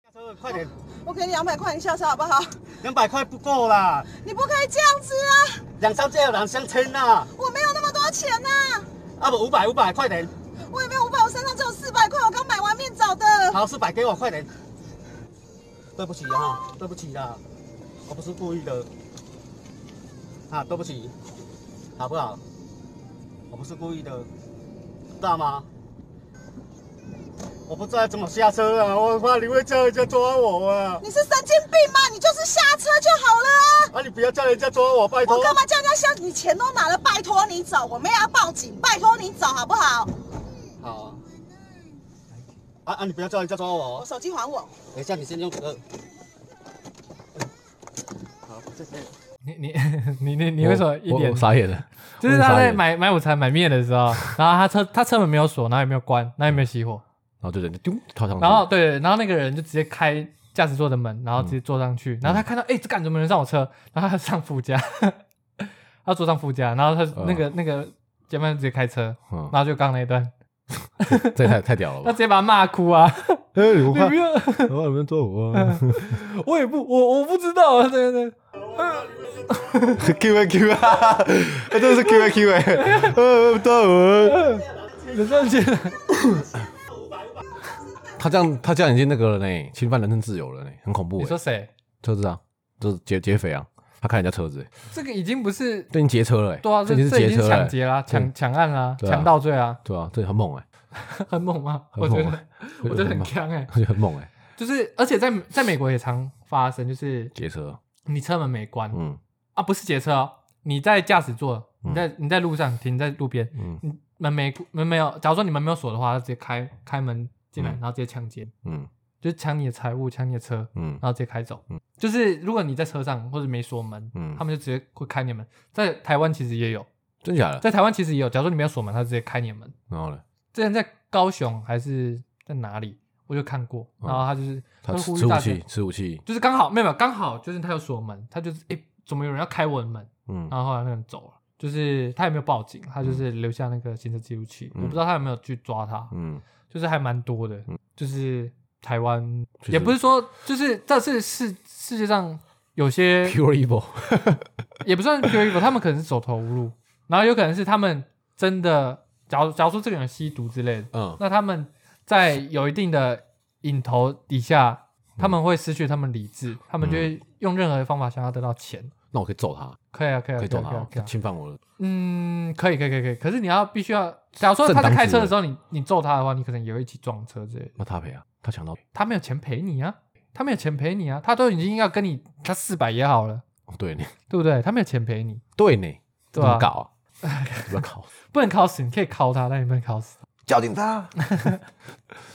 [SPEAKER 3] 下车快点，
[SPEAKER 4] 我给你两百块，你下车好不好？
[SPEAKER 3] 两百块不够啦，
[SPEAKER 4] 你不可以这样子啊！
[SPEAKER 3] 两三件有两三千啦，
[SPEAKER 4] 我没有那么多钱呐、
[SPEAKER 3] 啊不五百五百快点，
[SPEAKER 4] 我也没有五百，我身上只有四百块，我刚买完面找的。
[SPEAKER 3] 好四百给我快点。对不起啊，对不起啦，我不是故意的，啊对不起，好不好？我不是故意的，知道吗？我不知道怎么下车啊，我怕你会叫人家抓我啊！
[SPEAKER 4] 你是神经病吗？你就是下车就好了啊！
[SPEAKER 3] 啊，你不要叫人家抓我，拜托
[SPEAKER 4] 我。干嘛叫人家下？你钱都拿了，拜托你走，我没有要报警，拜托你走好不好？
[SPEAKER 3] 好啊。啊啊，你不要叫人家抓我哦
[SPEAKER 4] 我。手机还我。
[SPEAKER 3] 等一下，你先用这个。好，谢谢。
[SPEAKER 1] 你你你你你为什么一
[SPEAKER 2] 我
[SPEAKER 1] 点
[SPEAKER 2] 我傻眼了？
[SPEAKER 1] 就是
[SPEAKER 2] 我很
[SPEAKER 1] 他
[SPEAKER 2] 傻
[SPEAKER 1] 在
[SPEAKER 2] 眼，
[SPEAKER 1] 买买午餐买面的时候，然后他车他车门没有锁，然后也没有关，然后也没有熄火，
[SPEAKER 2] 然后就人就丢跳上去，
[SPEAKER 1] 然后对，然后那个人就直接开驾驶座的门，然后直接坐上去，然后他看到哎、诶这干什么人上我车，然后他上副驾，他坐上副驾，然后他
[SPEAKER 2] 嗯
[SPEAKER 1] 那个、那个姐妹就直接开车，
[SPEAKER 2] 嗯
[SPEAKER 1] 然，后就刚那一段，
[SPEAKER 2] 这也太太屌了
[SPEAKER 1] 他
[SPEAKER 2] 吧
[SPEAKER 1] 直？接把他骂哭啊，
[SPEAKER 2] 哎，我
[SPEAKER 1] 你不要，
[SPEAKER 2] 我怕你们抓我啊
[SPEAKER 1] 我也不我我不知道啊，对对对，
[SPEAKER 2] ！Q A Q 啊，真的是 Q A Q 哎，呃，抓
[SPEAKER 1] 嗯
[SPEAKER 2] 我！
[SPEAKER 1] 有这样觉得，
[SPEAKER 2] 他这样他这样已经那个了呢，侵犯人身自由了呢，很恐怖
[SPEAKER 1] 你说
[SPEAKER 2] 哎。
[SPEAKER 1] 谁？
[SPEAKER 2] 车子啊，就是劫劫匪啊，他开人家车子欸，
[SPEAKER 1] 这个已经不是
[SPEAKER 2] 这已经劫车了哎，
[SPEAKER 1] 对啊，这
[SPEAKER 2] 这已经是
[SPEAKER 1] 这已
[SPEAKER 2] 劫
[SPEAKER 1] 经
[SPEAKER 2] 车了
[SPEAKER 1] 抢
[SPEAKER 2] 欸，
[SPEAKER 1] 劫啦，抢抢案啦，
[SPEAKER 2] 对啊
[SPEAKER 1] 强盗罪啊，
[SPEAKER 2] 对啊，这很猛哎，
[SPEAKER 1] 很猛吗？我
[SPEAKER 2] 很
[SPEAKER 1] 觉
[SPEAKER 2] 猛
[SPEAKER 1] 得
[SPEAKER 2] 哎，
[SPEAKER 1] 我觉得很
[SPEAKER 2] 猛，
[SPEAKER 1] 强哎、
[SPEAKER 2] 我觉得 很猛哎，
[SPEAKER 1] 就是而且在在美国也常发生，就是
[SPEAKER 2] 劫车，
[SPEAKER 1] 你车门没关，
[SPEAKER 2] 嗯
[SPEAKER 1] 啊，不是劫车哦，你在驾驶座，
[SPEAKER 2] 嗯
[SPEAKER 1] 你在、你在路上停在路边，
[SPEAKER 2] 嗯
[SPEAKER 1] 你门没门没有，假如说你门没有锁的话，他直接开开门进来，
[SPEAKER 2] 嗯
[SPEAKER 1] 然后直接抢劫，
[SPEAKER 2] 嗯
[SPEAKER 1] 就是抢你的财物，抢你的车，
[SPEAKER 2] 嗯
[SPEAKER 1] 然后直接开走。
[SPEAKER 2] 嗯
[SPEAKER 1] 就是如果你在车上或者没锁门，
[SPEAKER 2] 嗯
[SPEAKER 1] 他，们就直接会开你的门。在台湾其实也有，
[SPEAKER 2] 真假的？
[SPEAKER 1] 在台湾其实也有，假如说你没有锁门，他直接开你的门。
[SPEAKER 2] 然后呢？
[SPEAKER 1] 之前在高雄还是在哪里，我就看过，
[SPEAKER 2] 嗯
[SPEAKER 1] 然后他就是、
[SPEAKER 2] 他
[SPEAKER 1] 会
[SPEAKER 2] 吃
[SPEAKER 1] 呼
[SPEAKER 2] 吃
[SPEAKER 1] 吁
[SPEAKER 2] 武
[SPEAKER 1] 大
[SPEAKER 2] 器
[SPEAKER 1] 家，，
[SPEAKER 2] 吃武器，
[SPEAKER 1] 就是刚好没有没有刚好就是他有锁门，他就是诶，怎么有人要开我的门？
[SPEAKER 2] 嗯
[SPEAKER 1] 然后后来那个人走了，就是他也没有报警，他就是留下那个行车记录器，
[SPEAKER 2] 嗯
[SPEAKER 1] 我不知道他有没有去抓他，
[SPEAKER 2] 嗯，
[SPEAKER 1] 就是还蛮多的，就是台湾
[SPEAKER 2] 就是
[SPEAKER 1] 也不是说，就是这是世世界上有些
[SPEAKER 2] pure evil，
[SPEAKER 1] 也不算 pure evil，他们可能是走投无路，然后有可能是他们真的，假如假如说这个人吸毒之类的，
[SPEAKER 2] 嗯
[SPEAKER 1] 那他们在有一定的瘾头底下，他们会失去他们理智，他们就会用任何的方法想要得到钱。
[SPEAKER 2] 那我可以揍他，
[SPEAKER 1] 可以啊，可以啊，
[SPEAKER 2] 可以
[SPEAKER 1] 可以
[SPEAKER 2] 揍
[SPEAKER 1] 啊，可以啊
[SPEAKER 2] 他，
[SPEAKER 1] 可以啊
[SPEAKER 2] 侵犯我的，
[SPEAKER 1] 嗯，可以，可以，可以，可以。可是你要必须要，假如说他在开车的时候，你你揍他的话，你可能也会一起撞车之类的。
[SPEAKER 2] 那他赔啊，他抢到，
[SPEAKER 1] 他没有钱赔你啊，他没有钱赔你啊，他都已经要跟你他四百也好了，
[SPEAKER 2] 哦对呢，
[SPEAKER 1] 对不对？他没有钱赔你，
[SPEAKER 2] 对呢，
[SPEAKER 1] 对
[SPEAKER 2] 怎
[SPEAKER 1] 吧
[SPEAKER 2] 么搞啊？ 怎么搞？
[SPEAKER 1] 不能敲死，你可以敲他，但你不能敲死。
[SPEAKER 2] 叫警察！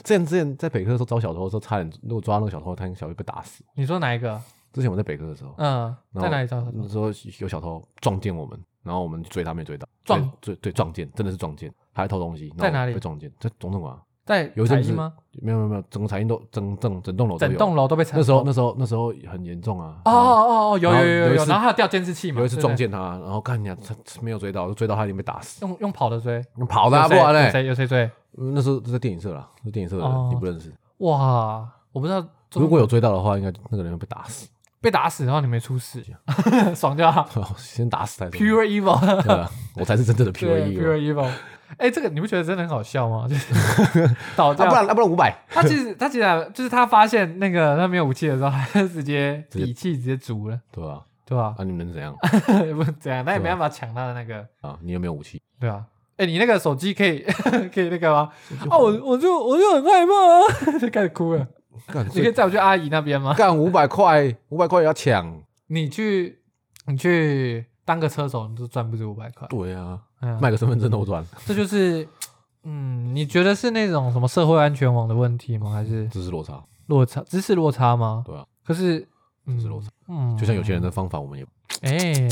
[SPEAKER 2] 之前之前在北科的时候招小偷的时候，差点如果抓那个小偷，他小偷被打死。
[SPEAKER 1] 你说哪一个？
[SPEAKER 2] 之前我在北科的时候，
[SPEAKER 1] 嗯，
[SPEAKER 2] 然后
[SPEAKER 1] 在哪里找到？
[SPEAKER 2] 那时候有小偷撞见我们，然后我们追他没追到，
[SPEAKER 1] 撞
[SPEAKER 2] 追对对撞见，真的是撞见，他在偷东西，然后
[SPEAKER 1] 在哪里
[SPEAKER 2] 被撞见？在总统馆啊，
[SPEAKER 1] 在
[SPEAKER 2] 有一
[SPEAKER 1] 彩
[SPEAKER 2] 阵
[SPEAKER 1] 衣
[SPEAKER 2] 子
[SPEAKER 1] 吗？
[SPEAKER 2] 没有没有没有，整个财运都整整整栋楼都有
[SPEAKER 1] 整栋楼都被踩
[SPEAKER 2] 那时候那时候那时候很严重啊。
[SPEAKER 1] 哦
[SPEAKER 2] 然后
[SPEAKER 1] 哦哦哦，有有有有有，然后还有掉监视器嘛？
[SPEAKER 2] 有一次
[SPEAKER 1] 对不对
[SPEAKER 2] 撞，见他，然后看你啊，他他没有追到，追到他已经被打死，
[SPEAKER 1] 用用跑的追，
[SPEAKER 2] 跑的啊，
[SPEAKER 1] 有
[SPEAKER 2] 不
[SPEAKER 1] 谁
[SPEAKER 2] 然
[SPEAKER 1] 有
[SPEAKER 2] 嘞。
[SPEAKER 1] 谁有谁追？
[SPEAKER 2] 嗯那时候在电影社啦，是电影社的
[SPEAKER 1] 哦
[SPEAKER 2] 人，你不认识。
[SPEAKER 1] 哇，我不知道。
[SPEAKER 2] 如果有追到的话，应该那个人会被打死，
[SPEAKER 1] 被打死的话，你没出事， 爽就好。
[SPEAKER 2] 先打死才
[SPEAKER 1] Pure evil，
[SPEAKER 2] 对啊，我才是真正的 pure
[SPEAKER 1] 对
[SPEAKER 2] evil
[SPEAKER 1] pure evil。哎、这个你不觉得真的很好笑吗？就是 倒
[SPEAKER 2] 啊，
[SPEAKER 1] 掉，
[SPEAKER 2] 不然啊，不然五百，
[SPEAKER 1] 他其实他其实还就是他发现那个他没有武器的时候，他就直接
[SPEAKER 2] 直接
[SPEAKER 1] 底气直接足了，
[SPEAKER 2] 对吧？
[SPEAKER 1] 对吧、
[SPEAKER 2] 啊，你们能怎样
[SPEAKER 1] 也 不这样，那也没办法抢他的那个，
[SPEAKER 2] 啊？你有没有武器？
[SPEAKER 1] 对吧、哎、你那个手机可以 可以那个吗？啊，我我就我就很害怕啊，就开始哭
[SPEAKER 2] 嗯
[SPEAKER 1] 了。
[SPEAKER 2] 干，
[SPEAKER 1] 你可以载我去阿姨那边吗？
[SPEAKER 2] 干五百块，五百块也要抢？
[SPEAKER 1] 你去你去当个车手，你都赚不止五百块。
[SPEAKER 2] 对啊，
[SPEAKER 1] 嗯
[SPEAKER 2] 卖个身份证都赚，
[SPEAKER 1] 这就是，嗯，你觉得是那种什么社会安全网的问题吗？还是
[SPEAKER 2] 知识落差。
[SPEAKER 1] 落差知识落差吗？
[SPEAKER 2] 对啊。
[SPEAKER 1] 可是
[SPEAKER 2] 就是落差。
[SPEAKER 1] 嗯
[SPEAKER 2] 就像有些人的方法，我们也
[SPEAKER 1] 哎、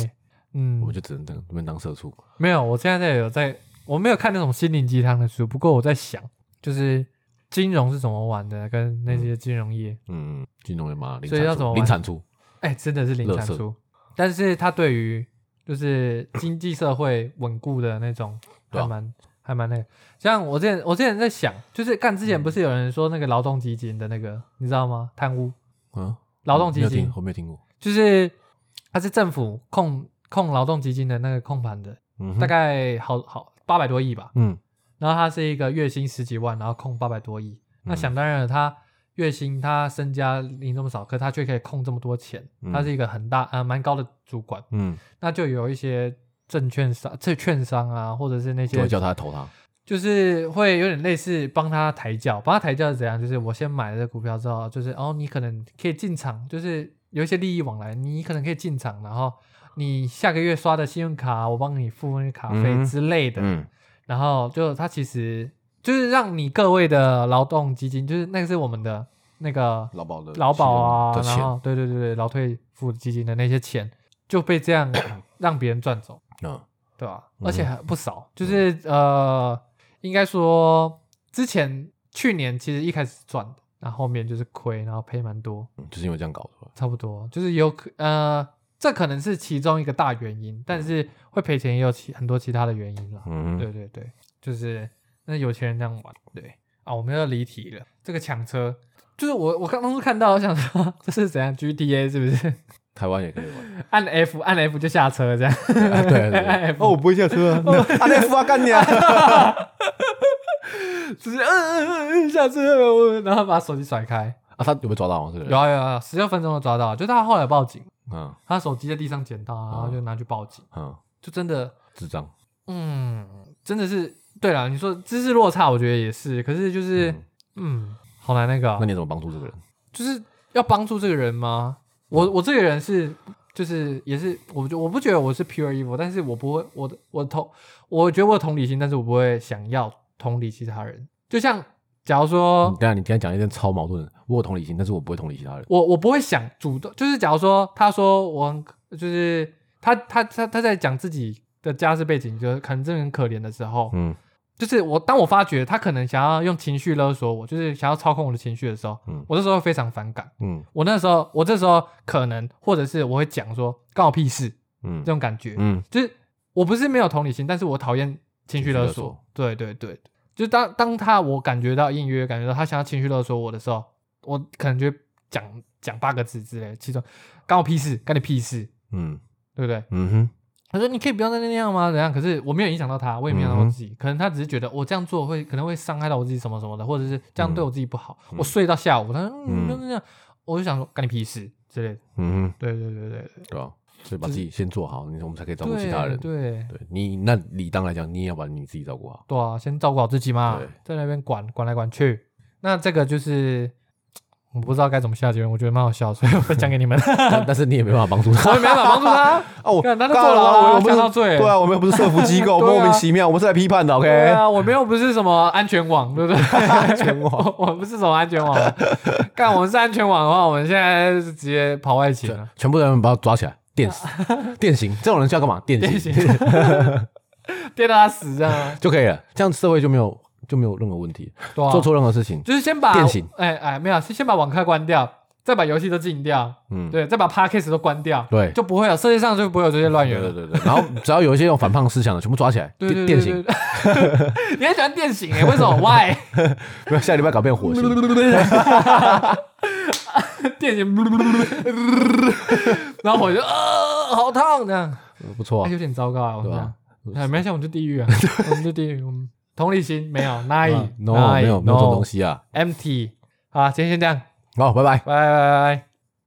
[SPEAKER 1] 嗯，
[SPEAKER 2] 我们就只能等那边当社畜。
[SPEAKER 1] 没有，我现在有在，我没有看那种心灵鸡汤的书，不过我在想，就是金融是怎么玩的，跟那些金融业，
[SPEAKER 2] 嗯，金融的嘛，零
[SPEAKER 1] 所以要
[SPEAKER 2] 产
[SPEAKER 1] 怎么
[SPEAKER 2] 出，
[SPEAKER 1] 玩
[SPEAKER 2] 零产出，
[SPEAKER 1] 哎、真的是零产
[SPEAKER 2] 垃圾
[SPEAKER 1] 出，但是它对于就是经济社会稳固的那种，
[SPEAKER 2] 对
[SPEAKER 1] 还
[SPEAKER 2] 啊
[SPEAKER 1] 蛮、还蛮那个。像我之前我之前在想，就是干之前不是有人说那个劳动基金的那个，你知道吗？贪污
[SPEAKER 2] 嗯，
[SPEAKER 1] 劳动
[SPEAKER 2] 没
[SPEAKER 1] 基
[SPEAKER 2] 有
[SPEAKER 1] 金
[SPEAKER 2] 听，我没有听过。
[SPEAKER 1] 就是它是政府控控劳动基金的那个控盘的，
[SPEAKER 2] 嗯哼，
[SPEAKER 1] 大概好好八百多亿吧，
[SPEAKER 2] 嗯
[SPEAKER 1] 然后他是一个月薪十几万，然后控八百多亿。那
[SPEAKER 2] 嗯
[SPEAKER 1] 想当然了，他月薪他身家领这么少，可他却可以控这么多钱，
[SPEAKER 2] 嗯
[SPEAKER 1] 他是一个很大呃蛮高的主管。
[SPEAKER 2] 嗯，
[SPEAKER 1] 那就有一些证券商、这券商啊，或者是那
[SPEAKER 2] 就
[SPEAKER 1] 些
[SPEAKER 2] 会叫他投他。
[SPEAKER 1] 就是会有点类似帮他抬轿，帮他抬轿是怎样？就是我先买了这股票之后，就是哦，你可能可以进场，就是有一些利益往来，你可能可以进场，然后你下个月刷的信用卡，我帮你付那个卡费
[SPEAKER 2] 嗯
[SPEAKER 1] 之类的。
[SPEAKER 2] 嗯
[SPEAKER 1] 然后就它其实就是让你各位的劳动基金，就是那个是我们的那个
[SPEAKER 2] 劳保的
[SPEAKER 1] 劳保啊，
[SPEAKER 2] 的
[SPEAKER 1] 然
[SPEAKER 2] 钱，
[SPEAKER 1] 后对对对对，劳退付基金的那些钱就被这 样让别人赚走，
[SPEAKER 2] 嗯
[SPEAKER 1] 对吧？
[SPEAKER 2] 嗯
[SPEAKER 1] 而且还不少，就是呃，应该说之前去年其实一开始赚的，然后后面就是亏，然后赔蛮多，
[SPEAKER 2] 嗯，就是因为这样搞出来。
[SPEAKER 1] 差不多，就是有可呃，这可能是其中一个大原因，但是会赔钱也有其很多其他的原因啦。
[SPEAKER 2] 嗯
[SPEAKER 1] 对
[SPEAKER 2] 哼，
[SPEAKER 1] 对对，就是那有钱人这样玩。对啊，我们要离题了。这个抢车，就是我我刚当初看到，我想说 这是怎样 GTA 是不是？
[SPEAKER 2] 台湾也可以玩。
[SPEAKER 1] 按 F 按 F 就下车这样，
[SPEAKER 2] 对对对
[SPEAKER 1] 按
[SPEAKER 2] 对，
[SPEAKER 1] F
[SPEAKER 3] 어,
[SPEAKER 2] 哦，我
[SPEAKER 3] 뭐
[SPEAKER 2] 不会下车啊，阿
[SPEAKER 3] 아,
[SPEAKER 2] 内夫啊，干你啊！
[SPEAKER 1] 只是嗯嗯嗯嗯下车了，我然后把手机甩开。
[SPEAKER 2] 啊，他有没有抓到啊？这个
[SPEAKER 1] 有
[SPEAKER 2] 人，
[SPEAKER 1] 啊有啊，十六分钟就抓到，就他后来报警，
[SPEAKER 2] 嗯
[SPEAKER 1] 他手机在地上捡到，然
[SPEAKER 2] 哦
[SPEAKER 1] 后就拿去报警，
[SPEAKER 2] 嗯，
[SPEAKER 1] 就真的
[SPEAKER 2] 智障。
[SPEAKER 1] 嗯，真的是对了，你说知识落差，我觉得也是，可是就是
[SPEAKER 2] 嗯
[SPEAKER 1] 嗯好难那个哦、
[SPEAKER 2] 那你怎么帮助这个人？
[SPEAKER 1] 就是要帮助这个人吗？我我这个人是就是也是，我不我不觉得我是 pure evil，但是我不会我的我的同我觉得我有同理心，但是我不会想要同理其他人。就像假如说
[SPEAKER 2] 你等一下你今天讲一件超矛盾的，我有同理心，但是我不会同理其他人。
[SPEAKER 1] 我我不会想主动，就是假如说他说我很就是他他他他在讲自己的家世背景，就是可能真的很可怜的时候，
[SPEAKER 2] 嗯
[SPEAKER 1] 就是我当我发觉他可能想要用情绪勒索我，就是想要操控我的情绪的时候，
[SPEAKER 2] 嗯
[SPEAKER 1] 我这时候会非常反感。
[SPEAKER 2] 嗯
[SPEAKER 1] 我那时候，我这时候可能，或者是我会讲说，干我屁事
[SPEAKER 2] 嗯
[SPEAKER 1] 这种感觉，
[SPEAKER 2] 嗯
[SPEAKER 1] 就是我不是没有同理心，但是我讨厌情绪勒
[SPEAKER 2] 情绪勒
[SPEAKER 1] 索
[SPEAKER 2] 索。
[SPEAKER 1] 对对对，就当当他我感觉到隐约感觉到他想要情绪勒索我的时候，我可能就讲讲八个字之类的，其中干我屁事，干你屁事，
[SPEAKER 2] 嗯
[SPEAKER 1] 对不对？
[SPEAKER 2] 嗯哼，
[SPEAKER 1] 他说你可以不要再那样吗？怎样？可是我没有影响到他，我也没有影响到
[SPEAKER 2] 嗯
[SPEAKER 1] 我自己，可能他只是觉得我这样做会可能会伤害到我自己什么什么的，或者是这样对我自己不好。
[SPEAKER 2] 嗯
[SPEAKER 1] 我睡到下午，他说嗯，
[SPEAKER 2] 嗯
[SPEAKER 1] 就是这样，我就想说干你屁事之类的。
[SPEAKER 2] 嗯哼，
[SPEAKER 1] 对对对对对，啊
[SPEAKER 2] 对吧？所以把自己先做好，你我们才可以照顾其
[SPEAKER 1] 对
[SPEAKER 2] 他人。
[SPEAKER 1] 对
[SPEAKER 2] 对你那理当来讲，你也要把你自己照顾好。
[SPEAKER 1] 对啊，先照顾好自己嘛
[SPEAKER 2] 对，
[SPEAKER 1] 在那边管管来管去。那这个就是我不知道该怎么下结论，我觉得蛮好笑，所以我讲给你们。
[SPEAKER 2] 但但是你也没办法帮助 他
[SPEAKER 1] 我也没办法帮助 他，
[SPEAKER 2] 啊！我
[SPEAKER 1] 干他都
[SPEAKER 2] 干
[SPEAKER 1] 做了啊
[SPEAKER 2] 我我
[SPEAKER 1] 呛
[SPEAKER 2] 们
[SPEAKER 1] 到醉
[SPEAKER 2] 对啊，我们又不是社服机构，
[SPEAKER 1] 对啊
[SPEAKER 2] 莫名其妙，我们是来批判的，OK？
[SPEAKER 1] 对啊，我们又不是什么安全网，对不对？ 安
[SPEAKER 2] 全网，
[SPEAKER 1] 我们不是什么安全网。干，我们是安全网的话，我们现在是直接跑外勤啊了。
[SPEAKER 2] 啊全部人把他抓起来，电 死，电刑，这种人就要干嘛？电
[SPEAKER 1] 电
[SPEAKER 2] 刑
[SPEAKER 1] 刑，电到他死这样啊，
[SPEAKER 2] 就可以了，这样社会就没有就没有任何问题，
[SPEAKER 1] 对啊，
[SPEAKER 2] 做错任何事情，
[SPEAKER 1] 就是先把
[SPEAKER 2] 电刑，
[SPEAKER 1] 哎哎，没有，是先把网咖关掉，再把游戏都禁掉，
[SPEAKER 2] 嗯，
[SPEAKER 1] 对，再把 podcast 都关掉，
[SPEAKER 2] 对
[SPEAKER 1] 就不会有世界上就不会有这些乱源
[SPEAKER 2] 对
[SPEAKER 1] 了。
[SPEAKER 2] 对对，然后只要有一些有反叛思想的，全部抓起来，
[SPEAKER 1] 对对
[SPEAKER 2] 电
[SPEAKER 1] 对
[SPEAKER 2] 电
[SPEAKER 1] 对对
[SPEAKER 2] 刑，
[SPEAKER 1] 对 你很喜欢电刑哎？为什么？Why？
[SPEAKER 2] 不要下礼拜搞变火刑，
[SPEAKER 1] 电刑， 然后我就呃，好烫这样。
[SPEAKER 2] 不错
[SPEAKER 1] 哎
[SPEAKER 2] 啊
[SPEAKER 1] 有，点糟糕啊，我们
[SPEAKER 2] 对
[SPEAKER 1] 这
[SPEAKER 2] 吧
[SPEAKER 1] 样，哎，没关系，我们就地 狱啊，我们就地狱，我们同理心没有，nine，
[SPEAKER 2] 啊？No，没有没有这种东西啊，
[SPEAKER 1] ，empty，好啊，今天先这样，
[SPEAKER 2] 好，拜拜。
[SPEAKER 1] 拜拜拜拜。